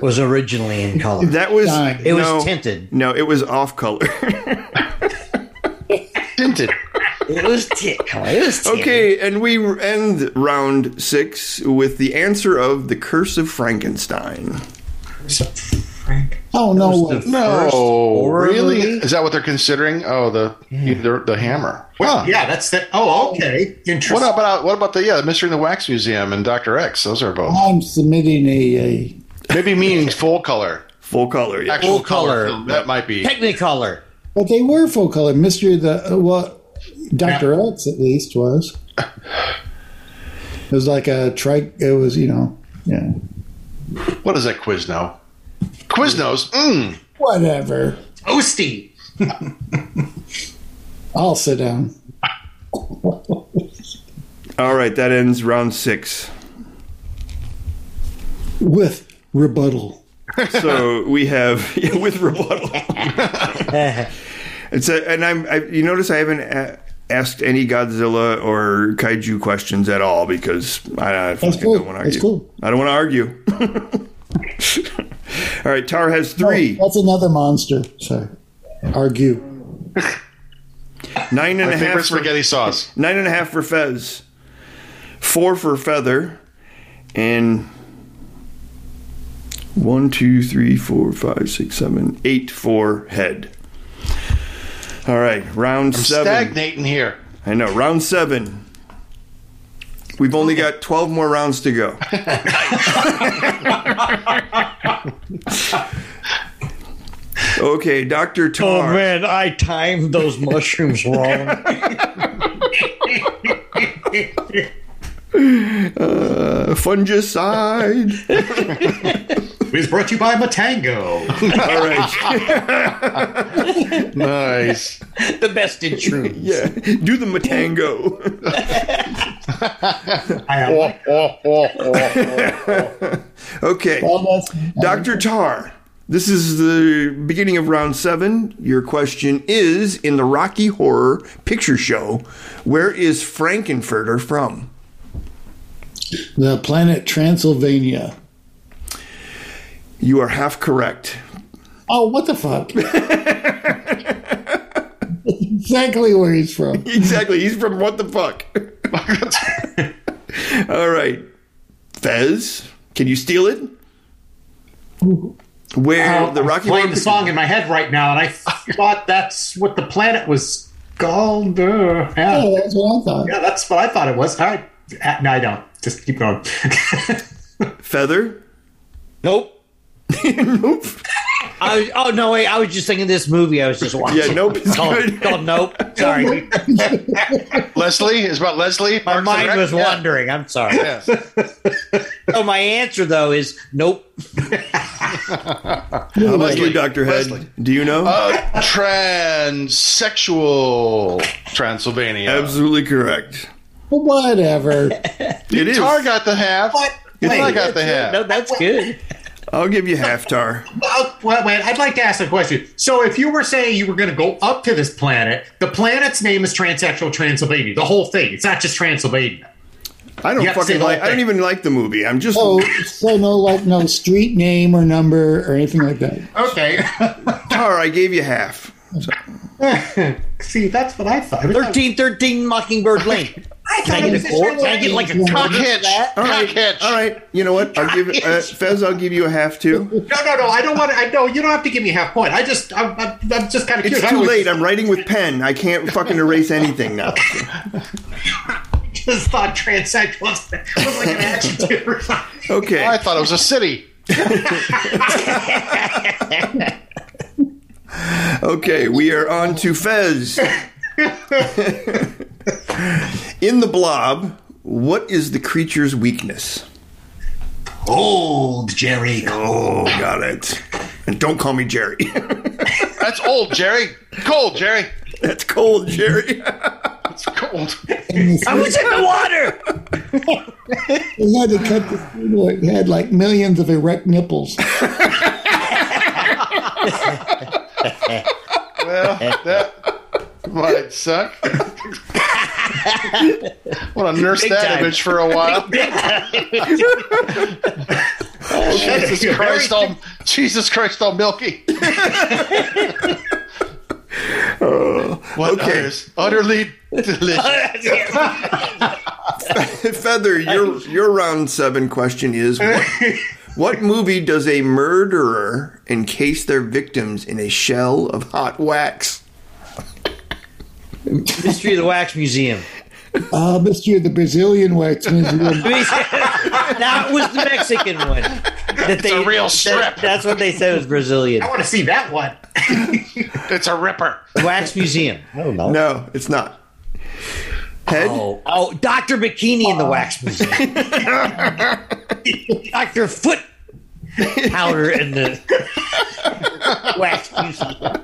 [SPEAKER 4] was originally in color.
[SPEAKER 2] That was
[SPEAKER 5] Dang.
[SPEAKER 4] it was
[SPEAKER 2] no,
[SPEAKER 4] tinted.
[SPEAKER 2] No, it was off color. <laughs>
[SPEAKER 3] Tinted.
[SPEAKER 4] It was tint color. It was tinted.
[SPEAKER 2] okay, and we end round six with the answer of the Curse of Frankenstein.
[SPEAKER 5] Oh no! way.
[SPEAKER 3] No,
[SPEAKER 4] horror
[SPEAKER 3] really?
[SPEAKER 4] movie?
[SPEAKER 3] Is that what they're considering? Oh, the
[SPEAKER 2] Hmm.
[SPEAKER 3] the, the hammer. Huh.
[SPEAKER 1] Yeah, that's the, oh, okay. Interesting.
[SPEAKER 3] What about what about the yeah, the Mystery in the Wax Museum and Doctor X? Those are
[SPEAKER 2] Oh.
[SPEAKER 3] both
[SPEAKER 5] I'm submitting a, a
[SPEAKER 3] maybe meaning full color,
[SPEAKER 2] Full color, yeah.
[SPEAKER 3] actual
[SPEAKER 4] Full color.
[SPEAKER 3] film. That might be.
[SPEAKER 4] Technicolor.
[SPEAKER 5] but they were full color. Mystery of the uh, well, Doctor X at least was. It was like a tri. It was you know yeah
[SPEAKER 3] What is that Quizno? Quiznos. Mm.
[SPEAKER 5] whatever.
[SPEAKER 1] Toasty.
[SPEAKER 5] I'll sit down.
[SPEAKER 2] All right, that ends round six.
[SPEAKER 5] with rebuttal.
[SPEAKER 2] So we have <laughs> yeah, with rebuttal. It's a, and I'm. I, you notice I haven't a- asked any Godzilla or kaiju questions at all because I, I fucking
[SPEAKER 5] cool.
[SPEAKER 2] don't want to argue.
[SPEAKER 5] That's cool.
[SPEAKER 2] I don't want to argue. <laughs> all right, Tar has three,
[SPEAKER 5] Oh, That's another monster. Sorry. Argue.
[SPEAKER 2] nine and a half
[SPEAKER 3] Favorite
[SPEAKER 2] for
[SPEAKER 3] spaghetti sauce.
[SPEAKER 2] nine and a half for Fez, four for Feather, and one, two, three, four, five, six, seven, eight for Head. All right, round seven.
[SPEAKER 3] Stagnating here.
[SPEAKER 2] I know. Round seven. We've only got 12 more rounds to go. okay, Dr.
[SPEAKER 4] Oh
[SPEAKER 2] Tar.
[SPEAKER 4] man, I timed those mushrooms wrong.
[SPEAKER 2] uh, fungicide.
[SPEAKER 1] It was brought to you
[SPEAKER 2] <laughs>
[SPEAKER 1] by Matango.
[SPEAKER 2] All right.
[SPEAKER 3] Nice.
[SPEAKER 4] <laughs> the best in shrooms.
[SPEAKER 2] Yeah. <laughs> Do the matango. <laughs>
[SPEAKER 1] I,
[SPEAKER 3] oh, oh, oh, oh.
[SPEAKER 2] okay.
[SPEAKER 5] Almost.
[SPEAKER 2] Dr. Tar, this is the beginning of round seven. Your question is In the Rocky Horror Picture Show, where is Frankenfurter from?
[SPEAKER 5] The planet Transylvania.
[SPEAKER 2] You are half correct. <laughs>
[SPEAKER 5] Oh, what the fuck? exactly where he's from.
[SPEAKER 2] Exactly. He's from what the fuck? <laughs> All right. Fez, can you steal it? Where
[SPEAKER 1] I'm
[SPEAKER 2] the Rocky
[SPEAKER 1] playing
[SPEAKER 2] Horror
[SPEAKER 1] the song in my head right
[SPEAKER 2] <laughs>
[SPEAKER 1] now, and I thought that's what the planet was called. Uh, yeah.
[SPEAKER 5] Oh, that's what I thought.
[SPEAKER 1] Yeah, that's what I thought it was. All right. Uh, No, I don't. Just keep going. <laughs>
[SPEAKER 2] Feather?
[SPEAKER 4] <laughs> Nope.
[SPEAKER 2] nope.
[SPEAKER 4] I was, oh no, wait. I was just thinking this movie. I was just watching.
[SPEAKER 2] Yeah, nope is
[SPEAKER 4] Called,
[SPEAKER 2] good.
[SPEAKER 4] <laughs> called nope. Sorry,
[SPEAKER 3] <laughs> Leslie is about Leslie.
[SPEAKER 4] my
[SPEAKER 3] Parks and
[SPEAKER 4] mind
[SPEAKER 3] Rec?
[SPEAKER 4] was
[SPEAKER 3] Yeah.
[SPEAKER 4] wandering. I'm sorry.
[SPEAKER 3] Yeah.
[SPEAKER 4] So my answer though is nope.
[SPEAKER 2] How about you, Dr. Head?
[SPEAKER 3] Leslie.
[SPEAKER 2] Do you know?
[SPEAKER 3] Uh, transsexual Transylvania.
[SPEAKER 2] Absolutely correct.
[SPEAKER 5] But whatever.
[SPEAKER 2] It is.
[SPEAKER 3] Tar got the half.
[SPEAKER 1] Wait,
[SPEAKER 3] I got the half.
[SPEAKER 4] No, that's good.
[SPEAKER 2] I'll give you half tar.
[SPEAKER 1] well, wait, wait, I'd like to ask a question. So, if you were saying you were going to go up to this planet, the planet's name is Transsexual Transylvania. The whole thing. It's not just Transylvania.
[SPEAKER 2] I don't
[SPEAKER 1] You have to say
[SPEAKER 2] fucking
[SPEAKER 1] the whole
[SPEAKER 2] like. I don't
[SPEAKER 1] thing. Oh.
[SPEAKER 2] even like the movie. I'm just.
[SPEAKER 5] So, Oh, so no, like no street name or number or anything like that.
[SPEAKER 1] Okay.
[SPEAKER 2] Tar, I gave you half.
[SPEAKER 1] <laughs> See, that's what I thought. I was like,
[SPEAKER 4] 1313 Mockingbird Lane.
[SPEAKER 1] I
[SPEAKER 4] Can I get a quote? Can I get like a cock
[SPEAKER 3] Cockhead.
[SPEAKER 4] that?
[SPEAKER 2] All right,
[SPEAKER 3] Cockhead.
[SPEAKER 2] all right. You know what? I'll give uh, Fez. I'll give you a half
[SPEAKER 1] <laughs>
[SPEAKER 2] two.
[SPEAKER 1] No, no, no. I don't want to. I, no, you don't have to give me half point. I just, I'm, I'm, I'm just kind of
[SPEAKER 2] It's
[SPEAKER 1] curious. I
[SPEAKER 2] too
[SPEAKER 1] always
[SPEAKER 2] late. I'm writing with pen. I can't fucking erase anything
[SPEAKER 1] <laughs>
[SPEAKER 2] now.
[SPEAKER 1] Just thought transsexual <laughs> was, was like an adjective. or something.
[SPEAKER 2] Okay.
[SPEAKER 3] I thought it was a city.
[SPEAKER 2] Okay, we are on to
[SPEAKER 1] <laughs>
[SPEAKER 2] Fez. In the blob, what is the creature's weakness?
[SPEAKER 1] Old Jerry.
[SPEAKER 2] Oh, got it. And don't call me Jerry. <laughs>
[SPEAKER 3] That's old, Jerry. Cold, Jerry.
[SPEAKER 2] That's cold,
[SPEAKER 4] <laughs>
[SPEAKER 2] Jerry.
[SPEAKER 3] It's cold.
[SPEAKER 4] I was in the water.
[SPEAKER 5] They had to cut the food where it had like millions of erect nipples.
[SPEAKER 3] Well, that might <laughs> suck. Want to nurse
[SPEAKER 4] Big
[SPEAKER 3] that
[SPEAKER 4] time.
[SPEAKER 3] image for a <laughs> while? Jesus Christ, all Jesus Christ, all <laughs> milky. what
[SPEAKER 2] okay.
[SPEAKER 3] others? Oh, Utterly delicious.
[SPEAKER 2] Feather, your your round seven question is what, what movie does a murderer encase their victims in a shell of hot wax?
[SPEAKER 4] Mystery of the Wax Museum.
[SPEAKER 5] Uh, Mister, the Brazilian wax museum.
[SPEAKER 4] that was the Mexican one. That they,
[SPEAKER 3] a real
[SPEAKER 4] that-
[SPEAKER 3] strip.
[SPEAKER 4] that's what they said was Brazilian.
[SPEAKER 1] I want to see that one.
[SPEAKER 3] <laughs> It's a ripper.
[SPEAKER 4] Wax Museum. I don't know.
[SPEAKER 2] No, it's not. Head?
[SPEAKER 4] Oh, oh, Dr. Bikini in the
[SPEAKER 3] <laughs>
[SPEAKER 4] Wax Museum. Dr. Foot Powder in the Wax Museum.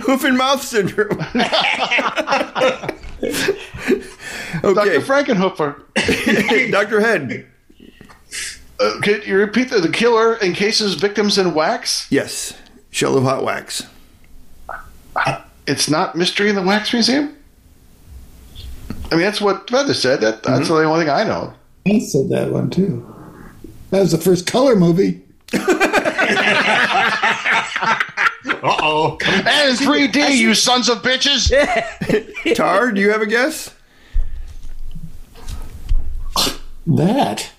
[SPEAKER 2] Hoof and mouth
[SPEAKER 4] <laughs>
[SPEAKER 2] syndrome. <laughs> okay,
[SPEAKER 3] Dr. Frankenhoofer.
[SPEAKER 2] <laughs> Dr. Head.
[SPEAKER 3] Uh, could you repeat that? The killer encases victims in wax?
[SPEAKER 2] Yes, shell of hot wax.
[SPEAKER 3] It's not Mystery in the Wax Museum? I mean, that's what Feather said. That, that's the only thing I know.
[SPEAKER 5] I said that one too. That was the first color movie.
[SPEAKER 1] Uh oh.
[SPEAKER 3] And in 3D, you sons of bitches!
[SPEAKER 2] Tar, do you have a guess?
[SPEAKER 5] That.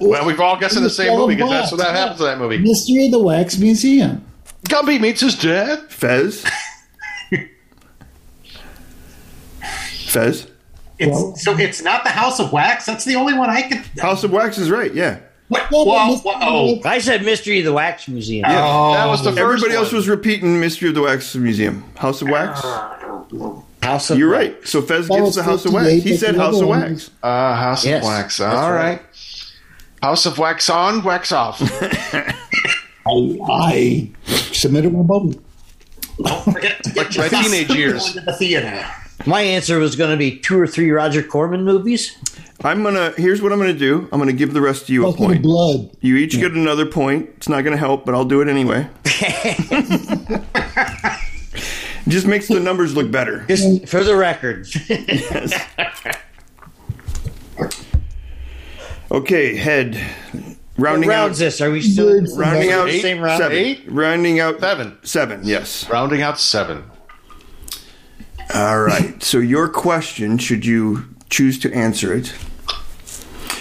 [SPEAKER 3] Well, we've all guessed in the same
[SPEAKER 5] Shell of
[SPEAKER 3] movie because that's
[SPEAKER 5] wax.
[SPEAKER 3] what that happens in that movie.
[SPEAKER 5] Mystery of the Wax Museum.
[SPEAKER 3] Gumby meets his dad.
[SPEAKER 4] <laughs>
[SPEAKER 2] Fez. Fez.
[SPEAKER 1] It's,
[SPEAKER 5] Well-
[SPEAKER 1] so it's not the House of Wax. That's the only one I can.
[SPEAKER 2] House of Wax is right. Yeah.
[SPEAKER 1] What?
[SPEAKER 5] Yeah, but
[SPEAKER 1] Well,
[SPEAKER 5] Mr.
[SPEAKER 1] well, oh.
[SPEAKER 4] I said Mystery of the Wax Museum.
[SPEAKER 1] Oh.
[SPEAKER 3] That was the first
[SPEAKER 2] Everybody else
[SPEAKER 3] one. Ah.
[SPEAKER 2] was repeating Mystery of the Wax Museum. House of Wax.
[SPEAKER 4] House of
[SPEAKER 2] You're right. So Fez
[SPEAKER 5] That
[SPEAKER 2] gives
[SPEAKER 5] was
[SPEAKER 2] the House of Wax.
[SPEAKER 5] 58,
[SPEAKER 2] He
[SPEAKER 5] but
[SPEAKER 2] said
[SPEAKER 5] the
[SPEAKER 2] House
[SPEAKER 5] other
[SPEAKER 2] of
[SPEAKER 5] one
[SPEAKER 2] Wax.
[SPEAKER 5] was-
[SPEAKER 3] Uh, House
[SPEAKER 4] Yes,
[SPEAKER 3] of Wax.
[SPEAKER 4] that's
[SPEAKER 3] All
[SPEAKER 4] right.
[SPEAKER 3] right. House of Wax on, Wax off.
[SPEAKER 5] I, I submitted my bubble.
[SPEAKER 1] Don't
[SPEAKER 3] <laughs>
[SPEAKER 1] forget to get
[SPEAKER 3] my
[SPEAKER 1] your
[SPEAKER 3] teenage
[SPEAKER 1] costume
[SPEAKER 3] years.
[SPEAKER 1] Into the theater.
[SPEAKER 4] My answer was going to be two or three Roger Corman movies.
[SPEAKER 2] I'm gonna. Here's what I'm gonna do. I'm gonna give the rest of you a
[SPEAKER 5] Fucking
[SPEAKER 2] point.
[SPEAKER 5] blood.
[SPEAKER 2] You each get another point. It's not gonna help, but I'll do
[SPEAKER 3] <laughs>
[SPEAKER 2] it anyway. <laughs> Just makes the numbers look better.
[SPEAKER 4] Just for the record,
[SPEAKER 2] Okay, head. Rounding
[SPEAKER 4] rounds
[SPEAKER 2] out.
[SPEAKER 4] this. Are we still
[SPEAKER 5] Words.
[SPEAKER 2] Rounding out
[SPEAKER 3] Eight?
[SPEAKER 4] same round?
[SPEAKER 2] seven.
[SPEAKER 3] Eight?
[SPEAKER 2] Rounding out
[SPEAKER 3] Seven.
[SPEAKER 2] Seven. Yes.
[SPEAKER 3] Rounding out seven. <laughs>
[SPEAKER 2] All right. so your question, should you choose to answer it,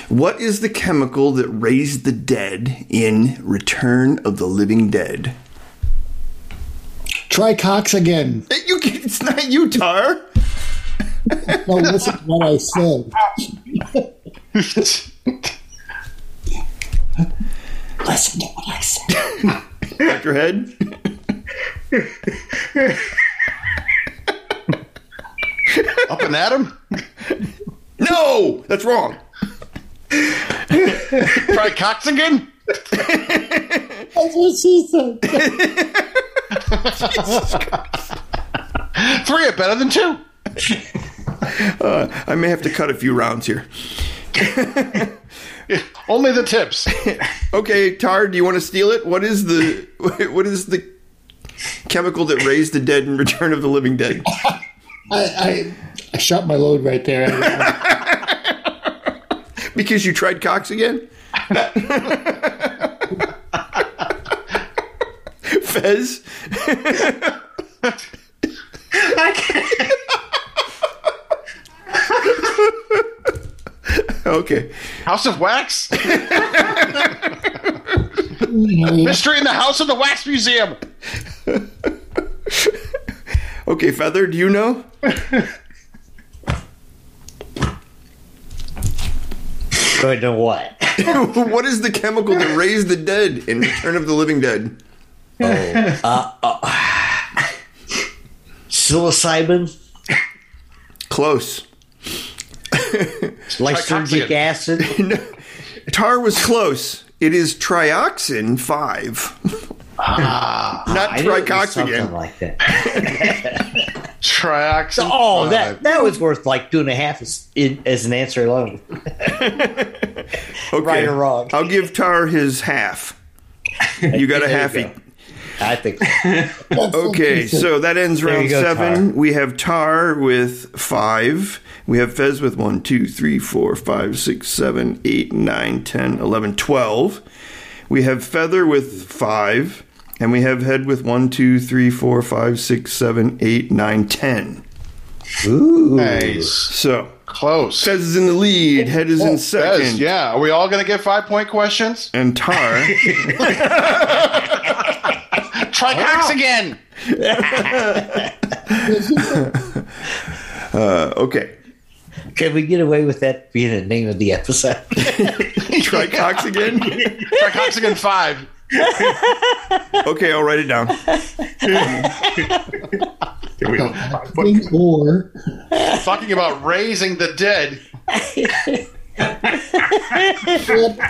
[SPEAKER 2] what is the chemical that raised the dead in Return of the Living Dead?
[SPEAKER 5] Try Cox again.
[SPEAKER 2] Eh, You, can- it's not you, Tar.
[SPEAKER 5] No, listen to what
[SPEAKER 2] <laughs>
[SPEAKER 5] I said. Listen to what I said.
[SPEAKER 2] Dr. Head.
[SPEAKER 3] Up and at him.
[SPEAKER 2] No, that's wrong.
[SPEAKER 3] Try Cox again.
[SPEAKER 5] That's what she said.
[SPEAKER 3] Three are better than two.
[SPEAKER 2] Uh, I may have to cut a few rounds here.
[SPEAKER 3] Only the tips.
[SPEAKER 2] Okay, Tar, do you want to steal it? What is the <laughs> what is the chemical that raised the dead in Return of the Living Dead?
[SPEAKER 5] I, I, I shot my load right there.
[SPEAKER 2] Because you tried Cox again? Fez.
[SPEAKER 1] I can't.
[SPEAKER 2] Okay.
[SPEAKER 3] House of Wax?
[SPEAKER 5] Yeah.
[SPEAKER 3] Mystery in the House of the Wax Museum.
[SPEAKER 2] Okay, Feather, do you know? <laughs>
[SPEAKER 4] Going to what?
[SPEAKER 2] what is the chemical that raised the dead in Return of the Living Dead?
[SPEAKER 4] Psilocybin?
[SPEAKER 2] Close.
[SPEAKER 4] Lysergic
[SPEAKER 3] Tricoxin.
[SPEAKER 4] acid? <laughs>
[SPEAKER 2] Tar was close. It is trioxin 5.
[SPEAKER 1] Ah,
[SPEAKER 2] Not
[SPEAKER 4] I knew it was Something
[SPEAKER 2] tricoxin.
[SPEAKER 4] like that.
[SPEAKER 3] Trioxin.
[SPEAKER 4] Oh,
[SPEAKER 3] five.
[SPEAKER 4] that that was worth like two and a half as, in, as an answer alone.
[SPEAKER 2] Okay.
[SPEAKER 4] right or wrong.
[SPEAKER 2] I'll give Tar his half. You got a
[SPEAKER 4] you
[SPEAKER 2] halfie.
[SPEAKER 4] I <laughs> think so.
[SPEAKER 2] Okay, so that ends round
[SPEAKER 4] you go,
[SPEAKER 2] seven. We have Tar with five. We have Fez with one, two, three, four, five, six, seven, eight, nine, ten, eleven, twelve. We have Feather with five. And we have Head with one, two, three, four, five, six, seven, eight, nine, ten.
[SPEAKER 3] Nice.
[SPEAKER 2] So
[SPEAKER 3] Close.
[SPEAKER 2] Fez is in the lead. Head is in
[SPEAKER 3] Yes,
[SPEAKER 2] second.
[SPEAKER 3] yeah. Are we all going to get five point questions?
[SPEAKER 2] And Tar
[SPEAKER 3] Tricox <laughs> again.
[SPEAKER 2] Okay.
[SPEAKER 4] Can we get away with that being the name of the episode?
[SPEAKER 2] Try Cox again?
[SPEAKER 3] Tricox again five.
[SPEAKER 2] Okay, I'll write it down.
[SPEAKER 1] Here we go.
[SPEAKER 5] or
[SPEAKER 3] Talking about raising the dead.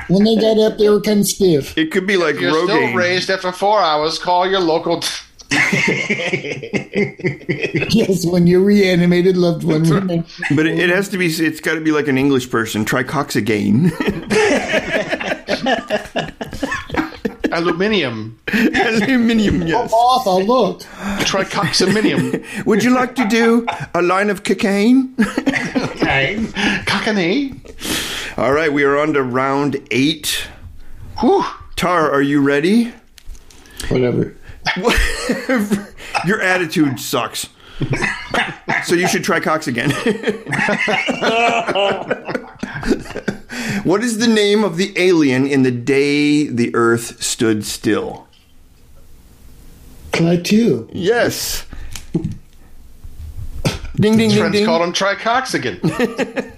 [SPEAKER 5] when they got up, they were kind
[SPEAKER 2] <laughs>
[SPEAKER 5] of stiff.
[SPEAKER 2] It could be like
[SPEAKER 3] You're still
[SPEAKER 2] Rogaine.
[SPEAKER 3] raised after four hours. Call your local.
[SPEAKER 5] Yes, when you reanimated loved one. remember.
[SPEAKER 2] But it, it has to be, it's got to be like an English person. Try Cox again. <laughs>
[SPEAKER 3] Aluminium.
[SPEAKER 2] Aluminium, yes.
[SPEAKER 5] Off, I'll look.
[SPEAKER 2] <laughs>
[SPEAKER 3] Tricoxaminium.
[SPEAKER 2] Would you like to do a line of cocaine? <laughs>
[SPEAKER 1] Okay.
[SPEAKER 3] Cockney.
[SPEAKER 2] All right, we are on to round eight.
[SPEAKER 3] Whew.
[SPEAKER 2] Tar, are you ready? <laughs>
[SPEAKER 5] Whatever.
[SPEAKER 2] Your attitude sucks. <laughs> so you should try Cox again. <laughs> what is the name of the alien in the day the earth stood still?
[SPEAKER 5] Plateau.
[SPEAKER 2] <laughs> Yes. Ding ding ding
[SPEAKER 3] Friends
[SPEAKER 2] ding.
[SPEAKER 3] called him Tricoxagan.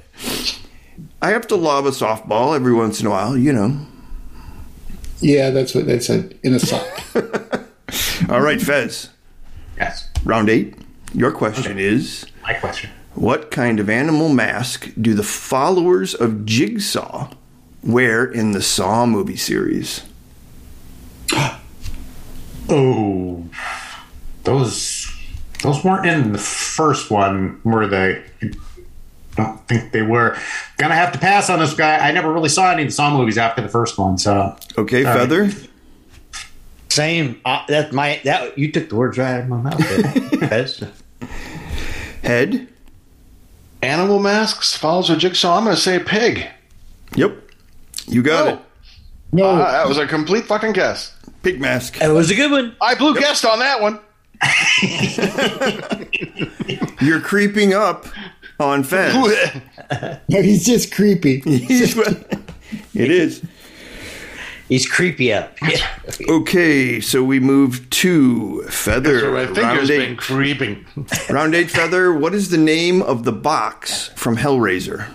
[SPEAKER 2] I have to lob a softball every once in a while, you know.
[SPEAKER 5] Yeah, that's what they said in a sock. <laughs>
[SPEAKER 2] All right, Fez.
[SPEAKER 1] Yes.
[SPEAKER 2] Round 8. Your question is
[SPEAKER 1] My question.
[SPEAKER 2] What kind of animal mask do the followers of Jigsaw wear in the Saw movie series?
[SPEAKER 1] Oh, those those weren't in the first one, were they? I don't think they were. Gonna have to pass on this guy. I never really saw any of the Saw movies after the first one, so
[SPEAKER 2] Okay,
[SPEAKER 1] All right.
[SPEAKER 2] Feather.
[SPEAKER 4] Same. Uh, that's my that you took the words right out of my mouth. <laughs> That's-
[SPEAKER 2] Head.
[SPEAKER 3] Animal masks follows a jigsaw. I'm going to say pig.
[SPEAKER 2] Yep. You got it.
[SPEAKER 5] No,
[SPEAKER 2] Oh.
[SPEAKER 3] Ah, that was a complete fucking guess.
[SPEAKER 2] Pig mask.
[SPEAKER 4] that was a good one.
[SPEAKER 3] I blew guessed on that
[SPEAKER 2] <laughs>
[SPEAKER 3] one.
[SPEAKER 2] You're creeping up on <laughs> Fez.
[SPEAKER 5] no, he's just creepy.
[SPEAKER 2] He's- <laughs> it is.
[SPEAKER 4] He's creepy up. <laughs>
[SPEAKER 2] Okay, so we move to Feather.
[SPEAKER 3] My
[SPEAKER 2] Round
[SPEAKER 3] fingers been
[SPEAKER 2] eight.
[SPEAKER 3] creeping.
[SPEAKER 2] Round eight, Feather. What is the name of the box from Hellraiser?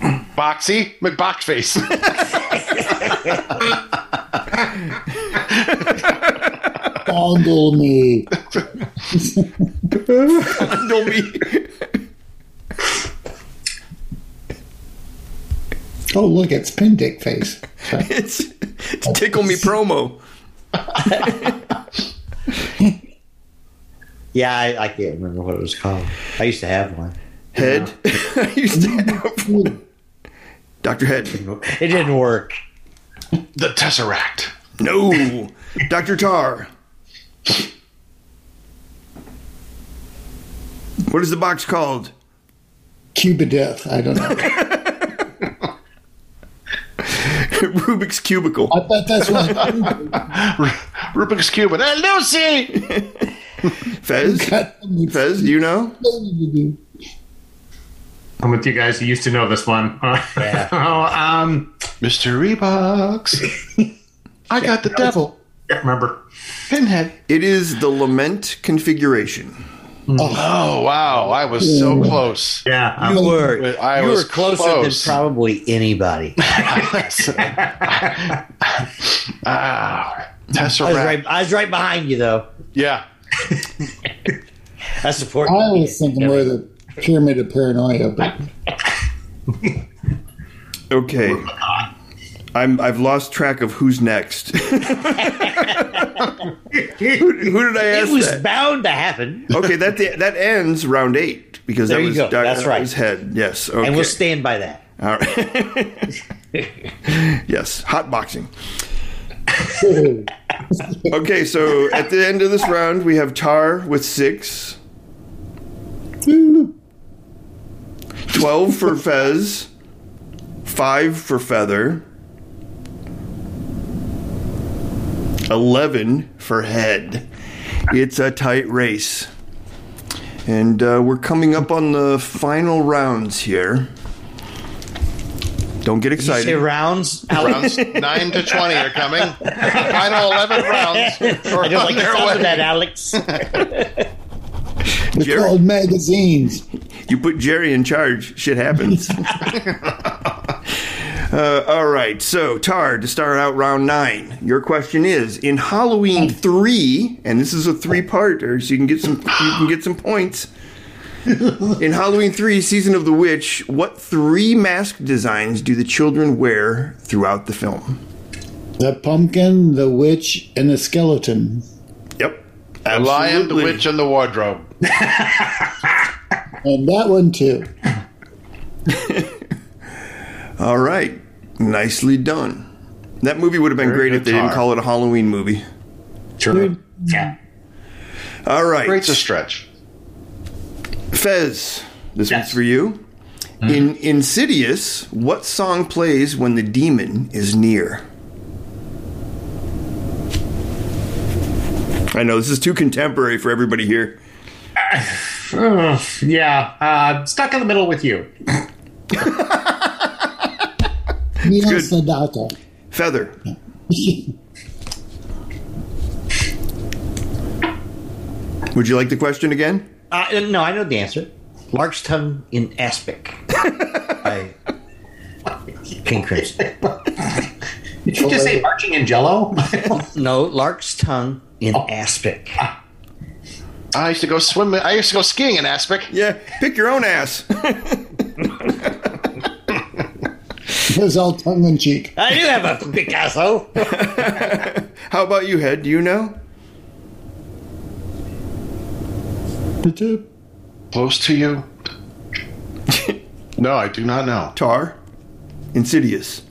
[SPEAKER 3] Boxy McBoxface.
[SPEAKER 5] Fondle me.
[SPEAKER 2] Don't be.
[SPEAKER 5] Oh, look, it's pin dick face.
[SPEAKER 2] <laughs> It's, it's Tickle Me promo.
[SPEAKER 4] Yeah, I, I can't remember what it was called. I used to have one.
[SPEAKER 2] <laughs> Head. I used to have. <laughs> Dr. Head.
[SPEAKER 4] It didn't work.
[SPEAKER 3] the Tesseract.
[SPEAKER 2] No. Dr. Tar. What is the box called? <laughs>
[SPEAKER 5] Cuba death. I don't know.
[SPEAKER 2] Rubik's Cubicle.
[SPEAKER 5] I thought that's what.
[SPEAKER 3] Ru- <laughs> Rubik's Cube and hey, Lucy.
[SPEAKER 2] Fez,
[SPEAKER 5] God, I need
[SPEAKER 2] Fez, do you know?
[SPEAKER 5] something to do.
[SPEAKER 1] I'm with you guys. You used to know this one. <laughs>
[SPEAKER 4] Yeah.
[SPEAKER 1] oh, um,
[SPEAKER 3] Mystery box. I got the devil.
[SPEAKER 1] can't remember.
[SPEAKER 3] Pinhead.
[SPEAKER 2] It is the lament configuration.
[SPEAKER 3] Oh wow! I was so close.
[SPEAKER 1] Yeah.
[SPEAKER 4] You
[SPEAKER 1] um,
[SPEAKER 4] were
[SPEAKER 3] I
[SPEAKER 4] you
[SPEAKER 3] was
[SPEAKER 4] were closer
[SPEAKER 3] close.
[SPEAKER 4] than probably anybody.
[SPEAKER 3] Ah,
[SPEAKER 4] I
[SPEAKER 3] Tesseract.
[SPEAKER 4] was right. I was right behind you though.
[SPEAKER 3] Yeah.
[SPEAKER 4] That's
[SPEAKER 5] I
[SPEAKER 4] important.
[SPEAKER 5] was thinking more of the pyramid of paranoia, but
[SPEAKER 2] Okay. I'm, I've lost track of who's next. <laughs> who, who did I ask?
[SPEAKER 4] It was
[SPEAKER 2] that?
[SPEAKER 4] bound to happen,
[SPEAKER 2] okay, that that ends round eight because
[SPEAKER 4] There
[SPEAKER 2] that
[SPEAKER 4] you
[SPEAKER 2] was
[SPEAKER 4] go.
[SPEAKER 2] Doc-
[SPEAKER 4] That's
[SPEAKER 2] that
[SPEAKER 4] right.
[SPEAKER 2] was head. Yes. Okay.
[SPEAKER 4] and we'll stand by that.
[SPEAKER 2] All right. yes, hot boxing. Okay, so at the end of this round, we have Tar with six. 12 for Fez, 5 for Feather, 11 for Head. It's a tight race. And uh, we're coming up on the final rounds here. Don't get
[SPEAKER 4] You say
[SPEAKER 2] excited. <laughs>
[SPEAKER 4] rounds. Alex?
[SPEAKER 3] Rounds nine to twenty are coming. Final eleven rounds are
[SPEAKER 4] <laughs> <laughs> I don't
[SPEAKER 3] on
[SPEAKER 4] like the
[SPEAKER 3] their
[SPEAKER 4] sound
[SPEAKER 3] way.
[SPEAKER 4] of that,
[SPEAKER 2] <laughs>
[SPEAKER 4] Alex.
[SPEAKER 5] they're
[SPEAKER 2] Jerry.
[SPEAKER 5] called magazines.
[SPEAKER 2] You put Jerry in charge, shit happens. <laughs> Uh, all right, so Tar, to start out round nine, your question is: In Halloween three, and this is a three-parter, so you can get some you can get some points. In Halloween three, season of the witch, what three mask designs do the children wear throughout the film?
[SPEAKER 5] The pumpkin, the witch, and the skeleton.
[SPEAKER 2] Yep,
[SPEAKER 3] The lion, the
[SPEAKER 2] Absolutely.
[SPEAKER 3] witch, and the wardrobe.
[SPEAKER 5] And that one, too.
[SPEAKER 2] All right, nicely done. That movie would have been
[SPEAKER 3] Very
[SPEAKER 2] great if
[SPEAKER 3] good,
[SPEAKER 2] they didn't
[SPEAKER 3] Tar.
[SPEAKER 2] call it a Halloween movie.
[SPEAKER 1] Sure. Yeah.
[SPEAKER 2] All right,
[SPEAKER 3] Great's a stretch.
[SPEAKER 2] Fez, this
[SPEAKER 1] Yes.
[SPEAKER 2] one's for you. In Insidious, what song plays when the demon is near? I know this is too contemporary for everybody here.
[SPEAKER 1] Ugh, yeah. Uh, stuck in the middle with you.
[SPEAKER 5] Nina
[SPEAKER 2] good.
[SPEAKER 5] Sadaka.
[SPEAKER 2] Feather. Would you like the question again?
[SPEAKER 4] Uh, no, I know the answer. Lark's tongue in
[SPEAKER 2] <laughs>
[SPEAKER 4] aspic. I, King Crimson.
[SPEAKER 1] Did you just say marching in jello?
[SPEAKER 4] No, Lark's tongue in
[SPEAKER 2] Oh.
[SPEAKER 4] aspic.
[SPEAKER 3] <laughs> I used to go swim. I used to go skiing in Aspic.
[SPEAKER 2] Yeah, pick your own ass. <laughs>
[SPEAKER 5] It was all tongue in cheek.
[SPEAKER 4] I do have a
[SPEAKER 2] <laughs>
[SPEAKER 4] Picasso.
[SPEAKER 2] How about you, Head? Do you know?
[SPEAKER 3] Close to
[SPEAKER 2] <laughs>
[SPEAKER 3] you. No, I do not know.
[SPEAKER 2] Tar. Insidious.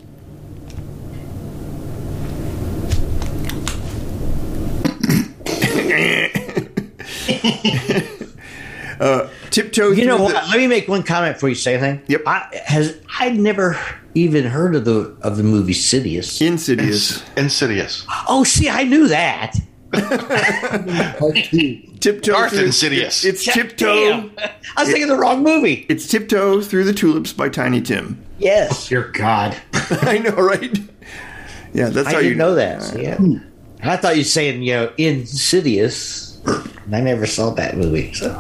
[SPEAKER 2] uh, tiptoe.
[SPEAKER 4] You know
[SPEAKER 2] through
[SPEAKER 4] what?
[SPEAKER 2] the-
[SPEAKER 4] Let me make one comment for you say anything.
[SPEAKER 2] Yep.
[SPEAKER 4] I, has I'd never even heard of the of the movie Sidious.
[SPEAKER 2] Insidious.
[SPEAKER 3] Insidious.
[SPEAKER 4] Oh, see, I knew that.
[SPEAKER 5] Part two.
[SPEAKER 2] Tiptoe.
[SPEAKER 3] Darth
[SPEAKER 2] through-
[SPEAKER 3] Insidious.
[SPEAKER 2] It's tiptoe.
[SPEAKER 4] Damn. <laughs> I was thinking the wrong movie.
[SPEAKER 2] It's tiptoe through the tulips by Tiny Tim.
[SPEAKER 4] Yes.
[SPEAKER 1] Dear God.
[SPEAKER 2] <laughs> I know, right? Yeah, that's
[SPEAKER 4] I
[SPEAKER 2] how
[SPEAKER 4] didn't
[SPEAKER 2] you
[SPEAKER 4] know that. so yeah. And I thought you were saying, you know, Insidious. And I never saw that movie. So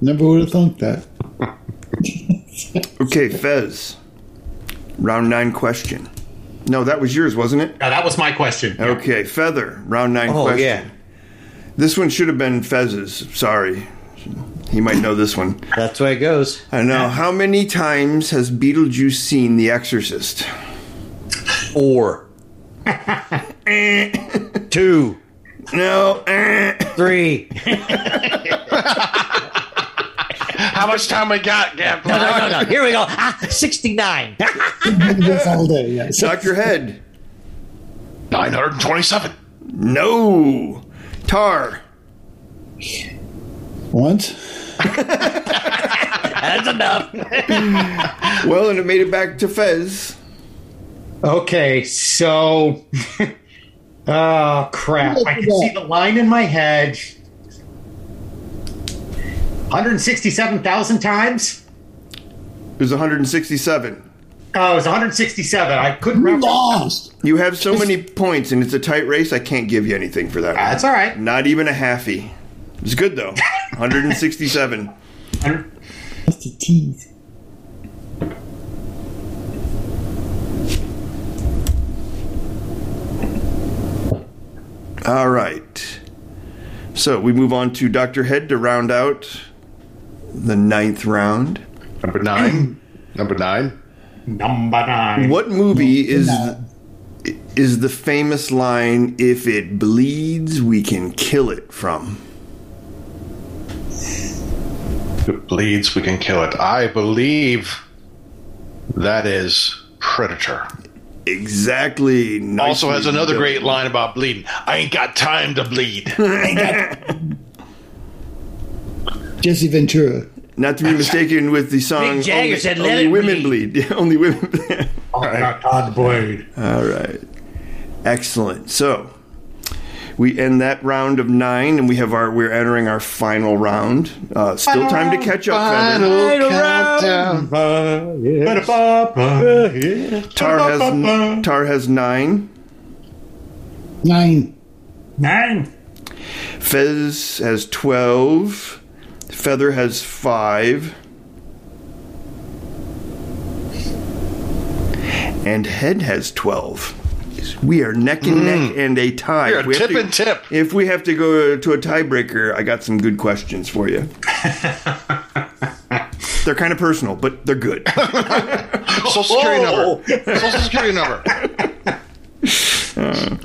[SPEAKER 5] Never would have thought that.
[SPEAKER 2] Okay, Fez. Round nine question. No, that was yours, wasn't it?
[SPEAKER 1] No, Oh, that was my question.
[SPEAKER 2] Okay, Feather. Round nine
[SPEAKER 4] Oh
[SPEAKER 2] question.
[SPEAKER 4] yeah.
[SPEAKER 2] This one should have been Fez's. Sorry. He might know this one.
[SPEAKER 4] That's the way it goes.
[SPEAKER 2] I
[SPEAKER 4] <laughs>
[SPEAKER 2] know. How many times has Beetlejuice seen The Exorcist?
[SPEAKER 4] Four. <laughs> Two.
[SPEAKER 2] No. <clears throat> eh.
[SPEAKER 4] Three.
[SPEAKER 3] How much time we got,
[SPEAKER 4] No,
[SPEAKER 3] Gab?
[SPEAKER 4] no, no, no. Here we go. Ah, 69.
[SPEAKER 5] That's all day, yes.
[SPEAKER 2] Dr. Head.
[SPEAKER 3] Nine hundred and twenty-seven.
[SPEAKER 2] No. Tar.
[SPEAKER 5] Once?
[SPEAKER 4] <laughs> That's enough.
[SPEAKER 2] Well, and it made it back to Fez.
[SPEAKER 1] Okay, so. <laughs> oh, crap. I can see the line in my head. 167,000 times?
[SPEAKER 2] It was 167.
[SPEAKER 1] Oh, it was 167. I couldn't remember.
[SPEAKER 5] Lost.
[SPEAKER 2] You have so many points, and it's a tight race. I can't give you anything for that. one.
[SPEAKER 1] That's all right.
[SPEAKER 2] Not even a halfie. It's
[SPEAKER 3] <laughs>
[SPEAKER 2] good though. 167.
[SPEAKER 5] That's the tease.
[SPEAKER 2] All right. So we move on to Doctor Head to round out the ninth round.
[SPEAKER 3] Number nine. Number nine.
[SPEAKER 1] Number nine.
[SPEAKER 2] What movie is is the famous line "If it bleeds, we can kill it" from?
[SPEAKER 3] If it bleeds, we can kill it. I believe that is Predator.
[SPEAKER 2] Exactly. Nicely
[SPEAKER 3] Also has another
[SPEAKER 2] done.
[SPEAKER 3] great line about bleeding. I ain't got time to bleed.
[SPEAKER 5] Jesse Ventura.
[SPEAKER 2] Not to be mistaken with the song.
[SPEAKER 4] Mick Jagger
[SPEAKER 2] only,
[SPEAKER 4] said, "Let
[SPEAKER 2] Only
[SPEAKER 4] it
[SPEAKER 2] women bleed." <laughs> Yeah, only women. bleed.
[SPEAKER 1] Todd Blade.
[SPEAKER 2] All right. Excellent. So we end that round of nine, and we have our. We're entering our final round. Uh, still time to catch up. Feather.
[SPEAKER 3] countdown.
[SPEAKER 2] Tar has n- Tar has nine.
[SPEAKER 5] Nine.
[SPEAKER 1] Nine.
[SPEAKER 2] Fez has twelve. Feather has five. And Head has twelve. We are neck and neck and a tie.
[SPEAKER 3] You're a
[SPEAKER 2] We have
[SPEAKER 3] Mm. tip
[SPEAKER 2] to-
[SPEAKER 3] and tip.
[SPEAKER 2] If we have to go to a tiebreaker, I got some good questions for you. they're kind of personal, but they're good.
[SPEAKER 3] Social security number. Oh. Social security number.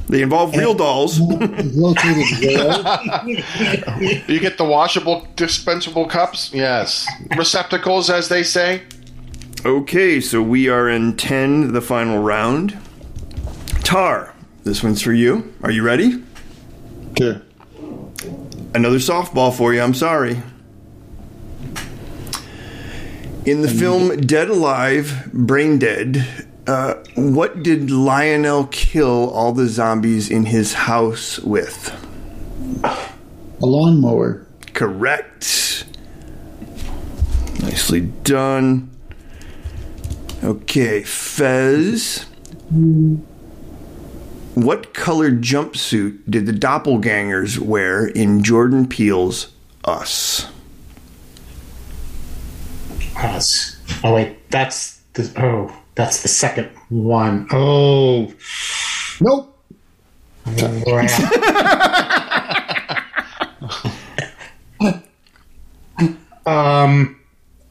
[SPEAKER 2] They involve real dolls.
[SPEAKER 5] He's located where?
[SPEAKER 3] You get the washable, dispensable cups. Yes, receptacles, as they say.
[SPEAKER 2] Okay, so we are in 10, the final round. Tar, this one's for you. Are you ready?
[SPEAKER 5] Sure.
[SPEAKER 2] Another softball for you, I'm sorry. In the film Dead Alive, Brain Dead, uh, what did Lionel kill all the zombies in his house with?
[SPEAKER 5] A lawnmower.
[SPEAKER 2] Correct. Nicely done. Okay, Fez. What color jumpsuit did the doppelgangers wear in Jordan Peele's Us?
[SPEAKER 1] Us. Oh wait, that's the oh, that's the second one. Oh,
[SPEAKER 5] Nope.
[SPEAKER 1] crap. um,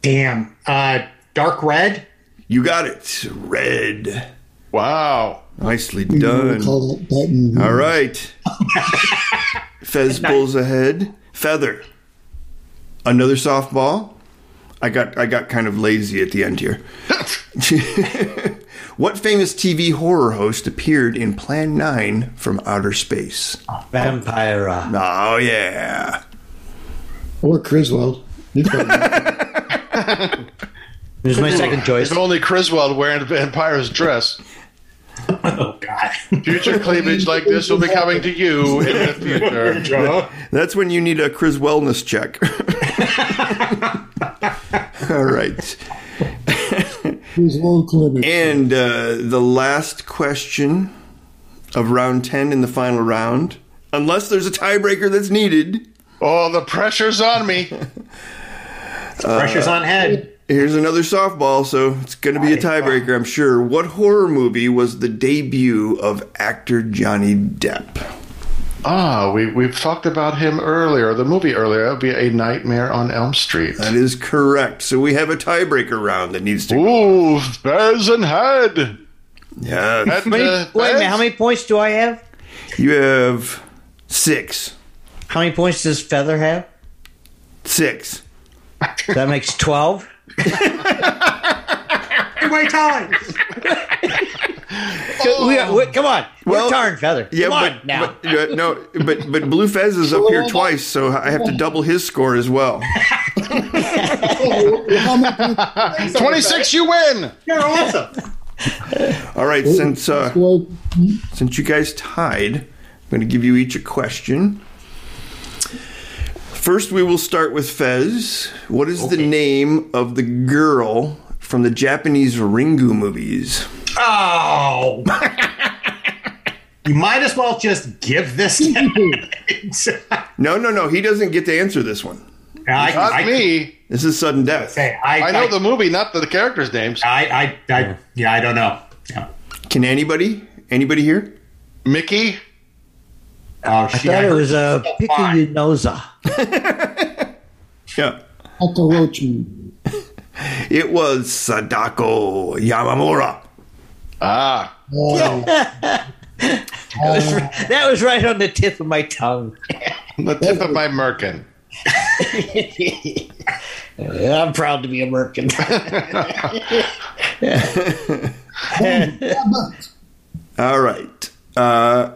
[SPEAKER 1] damn. Uh, dark red.
[SPEAKER 2] You got it. Red.
[SPEAKER 3] Wow.
[SPEAKER 2] Nicely
[SPEAKER 5] We
[SPEAKER 2] done.
[SPEAKER 5] call that button.
[SPEAKER 2] All right. Fez pulls ahead. Feather. Another softball. I got I got kind of lazy at the end here. what famous TV horror host appeared in Plan 9 from Outer Space?
[SPEAKER 4] Vampire. uh,
[SPEAKER 2] Oh yeah.
[SPEAKER 5] Or Criswell.
[SPEAKER 2] <laughs>
[SPEAKER 5] He's probably-
[SPEAKER 4] It was my second choice.
[SPEAKER 3] If only Criswell wearing a vampire's
[SPEAKER 4] <laughs>
[SPEAKER 3] dress.
[SPEAKER 1] Oh God.
[SPEAKER 3] Future cleavage like this will be coming to you in the future.
[SPEAKER 2] That's when you need a Chris wellness check. <laughs> All right.
[SPEAKER 5] Criswell Clinic.
[SPEAKER 2] And uh, the last question of round 10 in the final round, unless there's a tiebreaker that's needed,
[SPEAKER 3] Oh, the pressure's on me.
[SPEAKER 1] Pressure's on head.
[SPEAKER 2] Here's another softball, so it's going to be a tiebreaker, I'm sure. What horror movie was the debut of actor Johnny Depp?
[SPEAKER 3] Ah, we we've talked about him earlier. The movie earlier would be a Nightmare on Elm Street.
[SPEAKER 2] That is correct. So we have a tiebreaker round that needs to.
[SPEAKER 3] Ooh, bears and head.
[SPEAKER 2] Yeah,
[SPEAKER 3] Head to
[SPEAKER 4] Wait a minute,
[SPEAKER 3] bears.
[SPEAKER 4] how many points do I have?
[SPEAKER 2] you have six,
[SPEAKER 4] How many points does Feather have?
[SPEAKER 2] six.
[SPEAKER 4] That makes 12.
[SPEAKER 1] My time.
[SPEAKER 4] <laughs> We are, we, come on.
[SPEAKER 2] Well,
[SPEAKER 4] We're Tar and Feather. Come
[SPEAKER 2] Yeah,
[SPEAKER 4] on
[SPEAKER 2] but,
[SPEAKER 4] now.
[SPEAKER 2] but, uh, no, but but Blue Fez is up
[SPEAKER 4] <laughs>
[SPEAKER 2] here twice, so I have to double his score as well.
[SPEAKER 5] How many points-
[SPEAKER 3] Twenty-six. You win.
[SPEAKER 1] You're awesome.
[SPEAKER 2] All right, since uh,
[SPEAKER 5] Well,
[SPEAKER 2] since you guys tied, I'm going to give you each a question. First, we will start with Fez. What is the name of the girl from the Japanese Ringu movies?
[SPEAKER 1] Oh. you might as well just give this to <laughs>
[SPEAKER 2] No, no, no. He doesn't get to answer this one.
[SPEAKER 1] I,
[SPEAKER 3] Not
[SPEAKER 1] I,
[SPEAKER 3] me.
[SPEAKER 2] This is sudden death.
[SPEAKER 1] Hey, I,
[SPEAKER 3] I know the movie, not the characters' names.
[SPEAKER 1] I, I, I, yeah, I don't know. Yeah.
[SPEAKER 2] Can anybody? Anybody here?
[SPEAKER 3] Mickey.
[SPEAKER 1] Oh,
[SPEAKER 4] I thought it was uh, a Picayunoza.
[SPEAKER 2] Yeah. <laughs>
[SPEAKER 5] Hakorochi.
[SPEAKER 2] It was Sadako Yamamura.
[SPEAKER 3] Ah,
[SPEAKER 5] Uh,
[SPEAKER 4] Uh, that was right on the tip of my tongue.
[SPEAKER 3] the tip of my merkin.
[SPEAKER 4] I'm proud to be American. <laughs>
[SPEAKER 2] All right. Uh,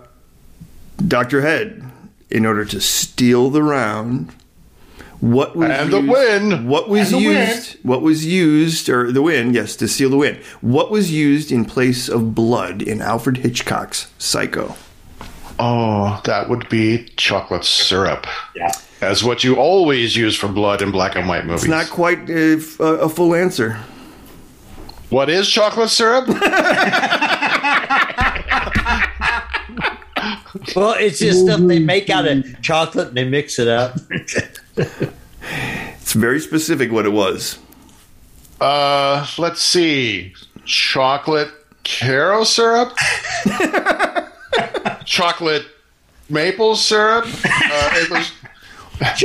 [SPEAKER 2] Dr. Head, in order to steal the round, what was
[SPEAKER 3] And the
[SPEAKER 2] used,
[SPEAKER 3] win.
[SPEAKER 2] What was
[SPEAKER 1] And the win.
[SPEAKER 2] used? What was used or the win, yes, to steal the win. What was used in place of blood in Alfred Hitchcock's Psycho?
[SPEAKER 3] Oh, that would be chocolate syrup.
[SPEAKER 1] Yeah.
[SPEAKER 3] That's what you always use for blood in black and white movies.
[SPEAKER 2] It's not quite a, a full answer.
[SPEAKER 3] What is chocolate syrup? <laughs>
[SPEAKER 4] well, it's just
[SPEAKER 1] Mm-hmm.
[SPEAKER 4] stuff they make out of chocolate and they mix it up.
[SPEAKER 2] It's very specific what it was.
[SPEAKER 3] uh, let's see. Chocolate caro syrup? chocolate maple syrup? Uh, it was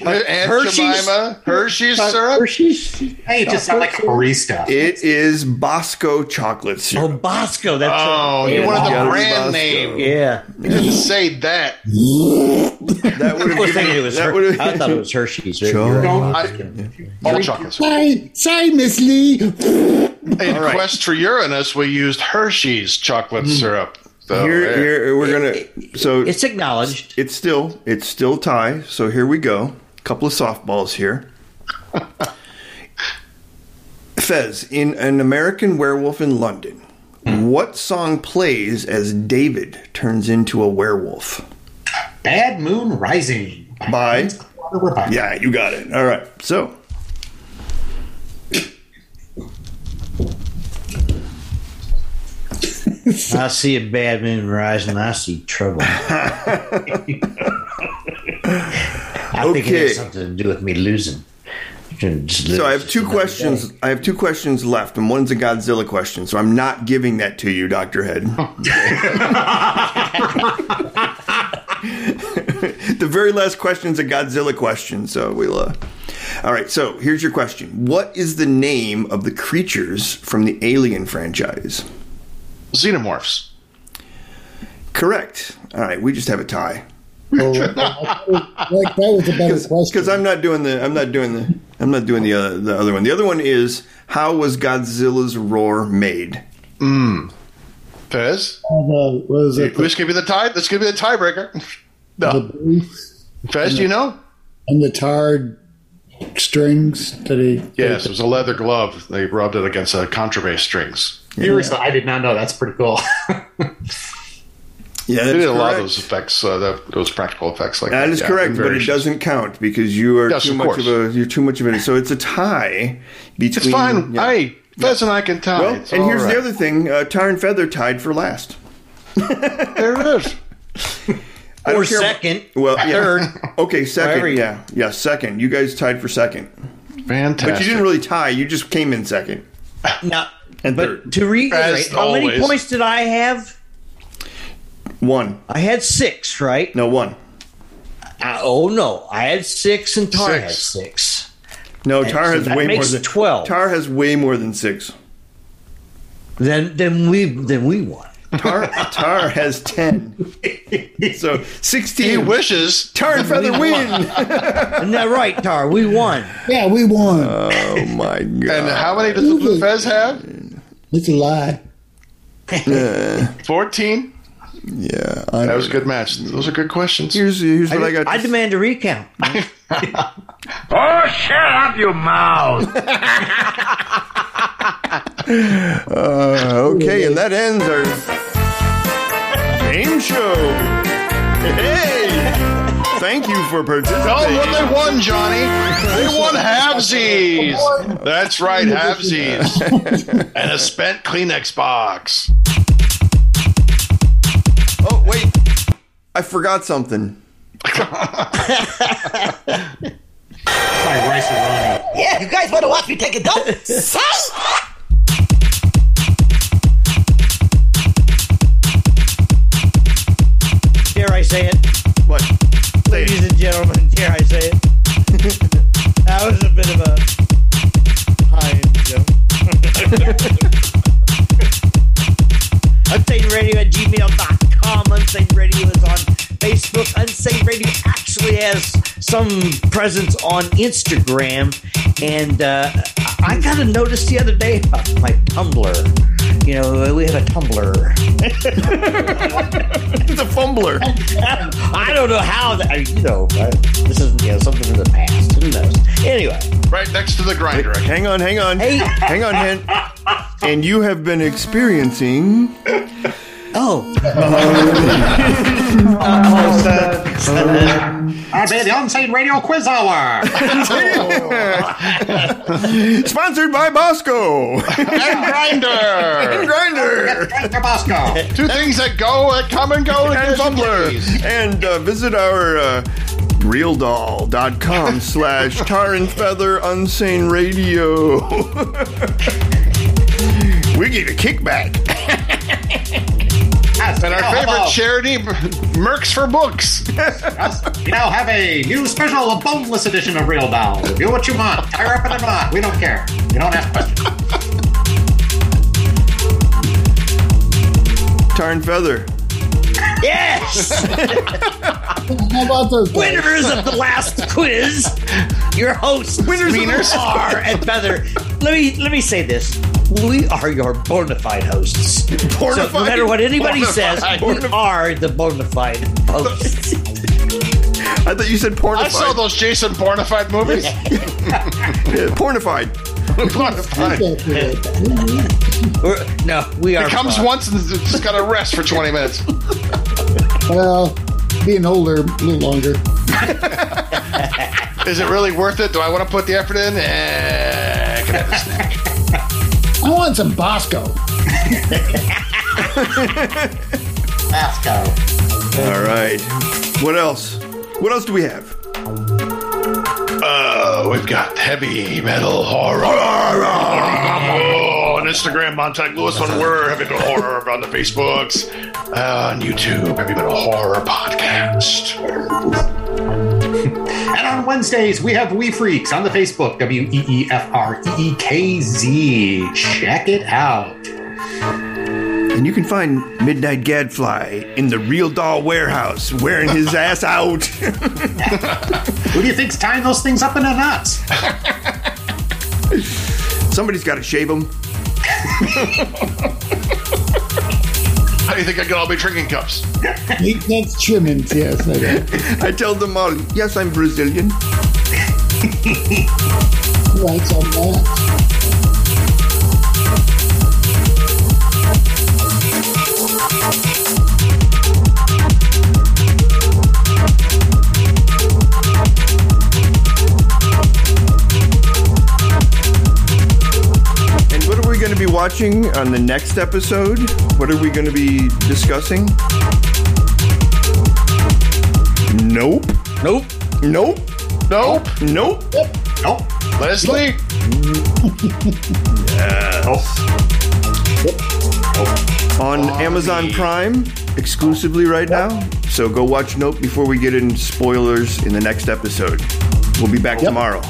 [SPEAKER 3] Aunt
[SPEAKER 4] Hershey's-
[SPEAKER 3] Jemima Hershey's
[SPEAKER 5] Oh,
[SPEAKER 3] syrup?
[SPEAKER 4] Hershey's?
[SPEAKER 1] Hey, it just sound like a barista.
[SPEAKER 2] It is Bosco chocolate
[SPEAKER 4] Oh,
[SPEAKER 2] syrup.
[SPEAKER 4] Bosco. That's
[SPEAKER 3] Oh,
[SPEAKER 4] right.
[SPEAKER 3] you
[SPEAKER 4] yeah.
[SPEAKER 3] wanted the
[SPEAKER 2] Yeah, Bosco.
[SPEAKER 3] brand name.
[SPEAKER 4] yeah.
[SPEAKER 3] You didn't say that.
[SPEAKER 2] That
[SPEAKER 4] <laughs>
[SPEAKER 2] would
[SPEAKER 4] Of
[SPEAKER 2] have
[SPEAKER 4] course, I, knew it
[SPEAKER 2] given
[SPEAKER 4] was
[SPEAKER 2] that
[SPEAKER 4] Her-
[SPEAKER 2] would
[SPEAKER 4] I
[SPEAKER 2] have
[SPEAKER 4] thought it was Hershey's. You're
[SPEAKER 2] Chocolate.
[SPEAKER 4] right.
[SPEAKER 1] Don't-
[SPEAKER 3] All chocolate syrup.
[SPEAKER 5] sorry, sorry, Miss Lee.
[SPEAKER 2] Oh.
[SPEAKER 3] In
[SPEAKER 2] All right.
[SPEAKER 3] Quest for Uranus, we used Hershey's chocolate
[SPEAKER 2] Hmm.
[SPEAKER 3] syrup.
[SPEAKER 1] Oh,
[SPEAKER 3] So,
[SPEAKER 2] here,
[SPEAKER 3] there.
[SPEAKER 2] here we're gonna. So
[SPEAKER 4] It's acknowledged.
[SPEAKER 2] It's still it's still tie. So here we go. Couple of softballs here. Fez in an American Werewolf in London. What song plays as David turns into a werewolf?
[SPEAKER 1] Bad Moon Rising.
[SPEAKER 2] By
[SPEAKER 1] Yeah.
[SPEAKER 2] yeah, you got it. All right. So
[SPEAKER 4] <laughs> I see a bad moon rising. I see
[SPEAKER 2] <laughs>
[SPEAKER 4] trouble. I think it
[SPEAKER 2] Okay.
[SPEAKER 4] has something to do with me losing.
[SPEAKER 2] so I have two questions. I have two questions left, and one's a Godzilla question. So I'm not giving that to you, Doctor
[SPEAKER 5] <laughs>
[SPEAKER 2] Head. <laughs> the very last question's a Godzilla question. So we'll. Uh... All right. So here's your question: What is the name of the creatures from the Alien franchise?
[SPEAKER 3] Xenomorphs.
[SPEAKER 2] Correct. All right. We just have a tie
[SPEAKER 5] Oh, <laughs> like that was
[SPEAKER 2] <laughs>
[SPEAKER 5] a better question.
[SPEAKER 2] because I'm not doing the. I'm not doing the. I'm not doing the other, the other one. The other one is how was Godzilla's roar made?
[SPEAKER 3] Fez,
[SPEAKER 5] Uh, was it the,
[SPEAKER 3] this could be the tie. This could be the tiebreaker.
[SPEAKER 5] the
[SPEAKER 3] No,
[SPEAKER 5] boots
[SPEAKER 3] Fez, do you know?
[SPEAKER 5] and the tarred strings that he?
[SPEAKER 3] Yes, it was a leather glove. They rubbed it against uh, contrabass strings.
[SPEAKER 1] Seriously, I did not know. That's pretty cool.
[SPEAKER 3] They
[SPEAKER 2] Yeah, that's
[SPEAKER 3] did a lot of
[SPEAKER 2] correct.
[SPEAKER 3] those effects, uh, that, those practical effects like that.
[SPEAKER 2] That is
[SPEAKER 3] yeah,
[SPEAKER 2] correct,
[SPEAKER 3] and
[SPEAKER 2] but it
[SPEAKER 3] variations.
[SPEAKER 2] doesn't count because you are
[SPEAKER 3] Yes,
[SPEAKER 2] too
[SPEAKER 3] of
[SPEAKER 2] much
[SPEAKER 3] course.
[SPEAKER 2] of a you're too much of an. So it's a tie between.
[SPEAKER 3] It's fine.
[SPEAKER 2] yeah.
[SPEAKER 3] Hey, Fez and I can tie.
[SPEAKER 2] Well,
[SPEAKER 3] It's
[SPEAKER 2] and
[SPEAKER 3] all
[SPEAKER 2] here's
[SPEAKER 3] right.
[SPEAKER 2] the other thing: uh, tar and feather tied for last.
[SPEAKER 3] There it is.
[SPEAKER 2] I
[SPEAKER 4] Or
[SPEAKER 2] don't care-
[SPEAKER 4] second,
[SPEAKER 2] Well, yeah.
[SPEAKER 4] third.
[SPEAKER 2] Okay,
[SPEAKER 4] Wherever
[SPEAKER 2] second.
[SPEAKER 4] you-
[SPEAKER 2] Yeah, yeah, second. You guys tied for second,
[SPEAKER 3] Fantastic.
[SPEAKER 2] but you didn't really tie. You just came in second.
[SPEAKER 4] Now,
[SPEAKER 2] And
[SPEAKER 4] but
[SPEAKER 2] third.
[SPEAKER 4] to reiterate,
[SPEAKER 3] As
[SPEAKER 4] how many
[SPEAKER 3] always.
[SPEAKER 4] points did I have?
[SPEAKER 2] One,
[SPEAKER 4] I had six, right?
[SPEAKER 2] no one,
[SPEAKER 4] I, oh no, I had six, and Tar had
[SPEAKER 3] Six.
[SPEAKER 4] six.
[SPEAKER 2] no. Tar
[SPEAKER 4] so
[SPEAKER 2] has
[SPEAKER 4] that
[SPEAKER 2] way more
[SPEAKER 4] makes
[SPEAKER 2] than
[SPEAKER 4] 12.
[SPEAKER 2] Tar has way more than six.
[SPEAKER 4] Then, then we, then we won.
[SPEAKER 3] <laughs>
[SPEAKER 2] Tar Tar has ten. <laughs> So
[SPEAKER 3] he
[SPEAKER 2] sixteen.
[SPEAKER 3] wishes.
[SPEAKER 2] Tar and feather win.
[SPEAKER 4] Isn't that right, Tar? We won.
[SPEAKER 5] Yeah, we won.
[SPEAKER 2] <laughs> oh my god.
[SPEAKER 3] And uh, how many does the blue Fez have?
[SPEAKER 5] it's a lie.
[SPEAKER 3] Fourteen.
[SPEAKER 2] Yeah, I
[SPEAKER 3] That was a good match. Those are good questions.
[SPEAKER 2] Here's, here's what I, got.
[SPEAKER 4] I
[SPEAKER 2] to-
[SPEAKER 4] demand a recount.
[SPEAKER 6] Oh, shut up, you mouth!
[SPEAKER 2] Uh, okay, and that ends our game show. Hey! Thank you for
[SPEAKER 3] Oh, well,
[SPEAKER 2] participating.
[SPEAKER 3] they won, Johnny. They <laughs> won halvesies. That's right, halvesies. and a spent Kleenex box.
[SPEAKER 2] Oh, wait. I forgot something.
[SPEAKER 1] By Rice and Ronnie.
[SPEAKER 4] Yeah, you guys want to watch me take a dump? Say! Dare I say it,
[SPEAKER 2] What? Say it.
[SPEAKER 4] ladies and gentlemen? Dare I
[SPEAKER 2] <laughs>
[SPEAKER 4] say it? that was a bit of a high end
[SPEAKER 2] <laughs>
[SPEAKER 4] joke. Unsafe Radio at gmail.com. Unsafe Radio is on Facebook. Unsafe Radio actually has some presence on Instagram. And uh, I I kind of noticed the other day about my Tumblr. You know, we have a Tumblr.
[SPEAKER 2] It's a fumbler.
[SPEAKER 4] I don't know how that, I- you know, uh, this is you know, something from the past. Who knows? Anyway,
[SPEAKER 3] Right next to the grinder. I
[SPEAKER 2] Hang on, hang on.
[SPEAKER 4] Hey.
[SPEAKER 2] Hang on, Hen. And you have been experiencing.
[SPEAKER 4] oh,
[SPEAKER 1] I made the Unsane Radio Quiz Hour.
[SPEAKER 2] Sponsored by Bosco. <laughs>
[SPEAKER 3] And grinder.
[SPEAKER 2] Grinder.
[SPEAKER 1] Frank Tabasco.
[SPEAKER 3] Two things that go, that come and go. together.
[SPEAKER 2] and Bumbler. And uh, visit our uh, <laughs> realdoll.com slash tar and feather unsane radio. <laughs> we get a kickback.
[SPEAKER 3] And our favorite charity, Mercs for Books.
[SPEAKER 1] We now have a new special, a boneless edition of Real Doll. Do what you want. Tire up and not. We don't care. You don't ask questions.
[SPEAKER 2] Tar and feather.
[SPEAKER 4] yes!
[SPEAKER 5] How about those? guys?
[SPEAKER 4] winners of the last quiz. Your hosts, winners,
[SPEAKER 3] Wieners.
[SPEAKER 4] are and feather. Let me let me say this: we are your bona fide hosts. So
[SPEAKER 2] Pornified.
[SPEAKER 4] no matter what anybody
[SPEAKER 3] Bona
[SPEAKER 4] says,
[SPEAKER 3] fide.
[SPEAKER 4] we are the bona fide hosts.
[SPEAKER 2] I thought you said pornified.
[SPEAKER 3] I saw those Jason Bourne-ified movies. <laughs>
[SPEAKER 2] Yeah, pornified.
[SPEAKER 3] Bourne-ified.
[SPEAKER 5] Thank you.
[SPEAKER 4] We're- no, we are.
[SPEAKER 3] It comes
[SPEAKER 4] fun.
[SPEAKER 3] once and it's just got to rest for 20 minutes.
[SPEAKER 5] Well, being older, a little longer.
[SPEAKER 3] Is it really worth it? Do I want to put the effort in? Eh, can I have a snack?
[SPEAKER 5] I want some Bosco.
[SPEAKER 1] Tabasco.
[SPEAKER 2] All right. What else? What else do we have?
[SPEAKER 3] Uh, we've got heavy metal horror. Oh, on Instagram, Montag Lewis on Word, heavy metal horror on the Facebooks, uh, on YouTube, heavy metal horror podcast.
[SPEAKER 1] And on Wednesdays, we have We Freaks on the Facebook, W E E F R E E K Z. Check it out.
[SPEAKER 2] And you can find Midnight Gadfly in the Real Doll Warehouse wearing <laughs> his ass out.
[SPEAKER 1] Who do you think's tying those things up in a knot?
[SPEAKER 2] Somebody's got to shave him.
[SPEAKER 3] How do you think I could all be drinking cups?
[SPEAKER 5] Eight cents trimmings, yes. I do.
[SPEAKER 2] I tell them all, yes, I'm Brazilian.
[SPEAKER 5] Rights on that.
[SPEAKER 2] And what are we going to be watching on the next episode? What are we going to be discussing? Nope.
[SPEAKER 4] Nope.
[SPEAKER 2] Nope.
[SPEAKER 3] Nope.
[SPEAKER 2] Nope.
[SPEAKER 1] Nope.
[SPEAKER 3] Leslie?
[SPEAKER 2] On Amazon Prime exclusively right now. So go watch Nope before we get in spoilers in the next episode. We'll be back tomorrow.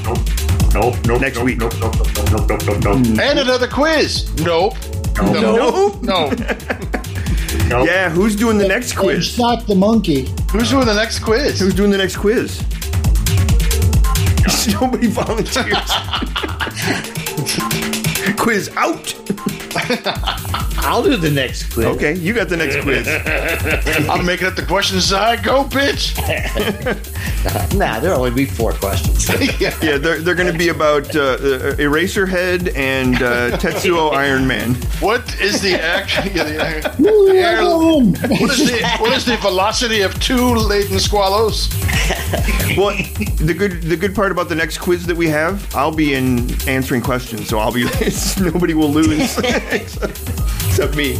[SPEAKER 1] Nope. Nope.
[SPEAKER 2] Next
[SPEAKER 1] nope,
[SPEAKER 2] week.
[SPEAKER 1] Nope. Nope. Nope. Nope. Nope. Nope. Nope.
[SPEAKER 3] And another quiz. Nope. Nope.
[SPEAKER 2] Nope.
[SPEAKER 3] No.
[SPEAKER 1] nope.
[SPEAKER 2] Yeah, who's doing the next
[SPEAKER 5] And
[SPEAKER 2] quiz?
[SPEAKER 5] Shot the monkey.
[SPEAKER 3] Who's doing the next quiz?
[SPEAKER 2] Who's doing the next quiz? Nobody volunteers. quiz out.
[SPEAKER 4] I'll do the next quiz.
[SPEAKER 2] Okay, you got the next quiz.
[SPEAKER 3] I'm making up the questions as I go, bitch.
[SPEAKER 4] Nah, there'll only be four questions.
[SPEAKER 2] Yeah, they're, they're going to be about uh, uh, Eraserhead and uh, Tetsuo Iron Man.
[SPEAKER 3] What is the act? <laughs> yeah, the-
[SPEAKER 5] Ooh, I
[SPEAKER 3] air-
[SPEAKER 5] go home.
[SPEAKER 3] what is the what is the velocity of two laden squallows?
[SPEAKER 2] Well, the good the good part about the next quiz that we have, I'll be in answering <laughs> questions, so I'll be nobody will lose except me.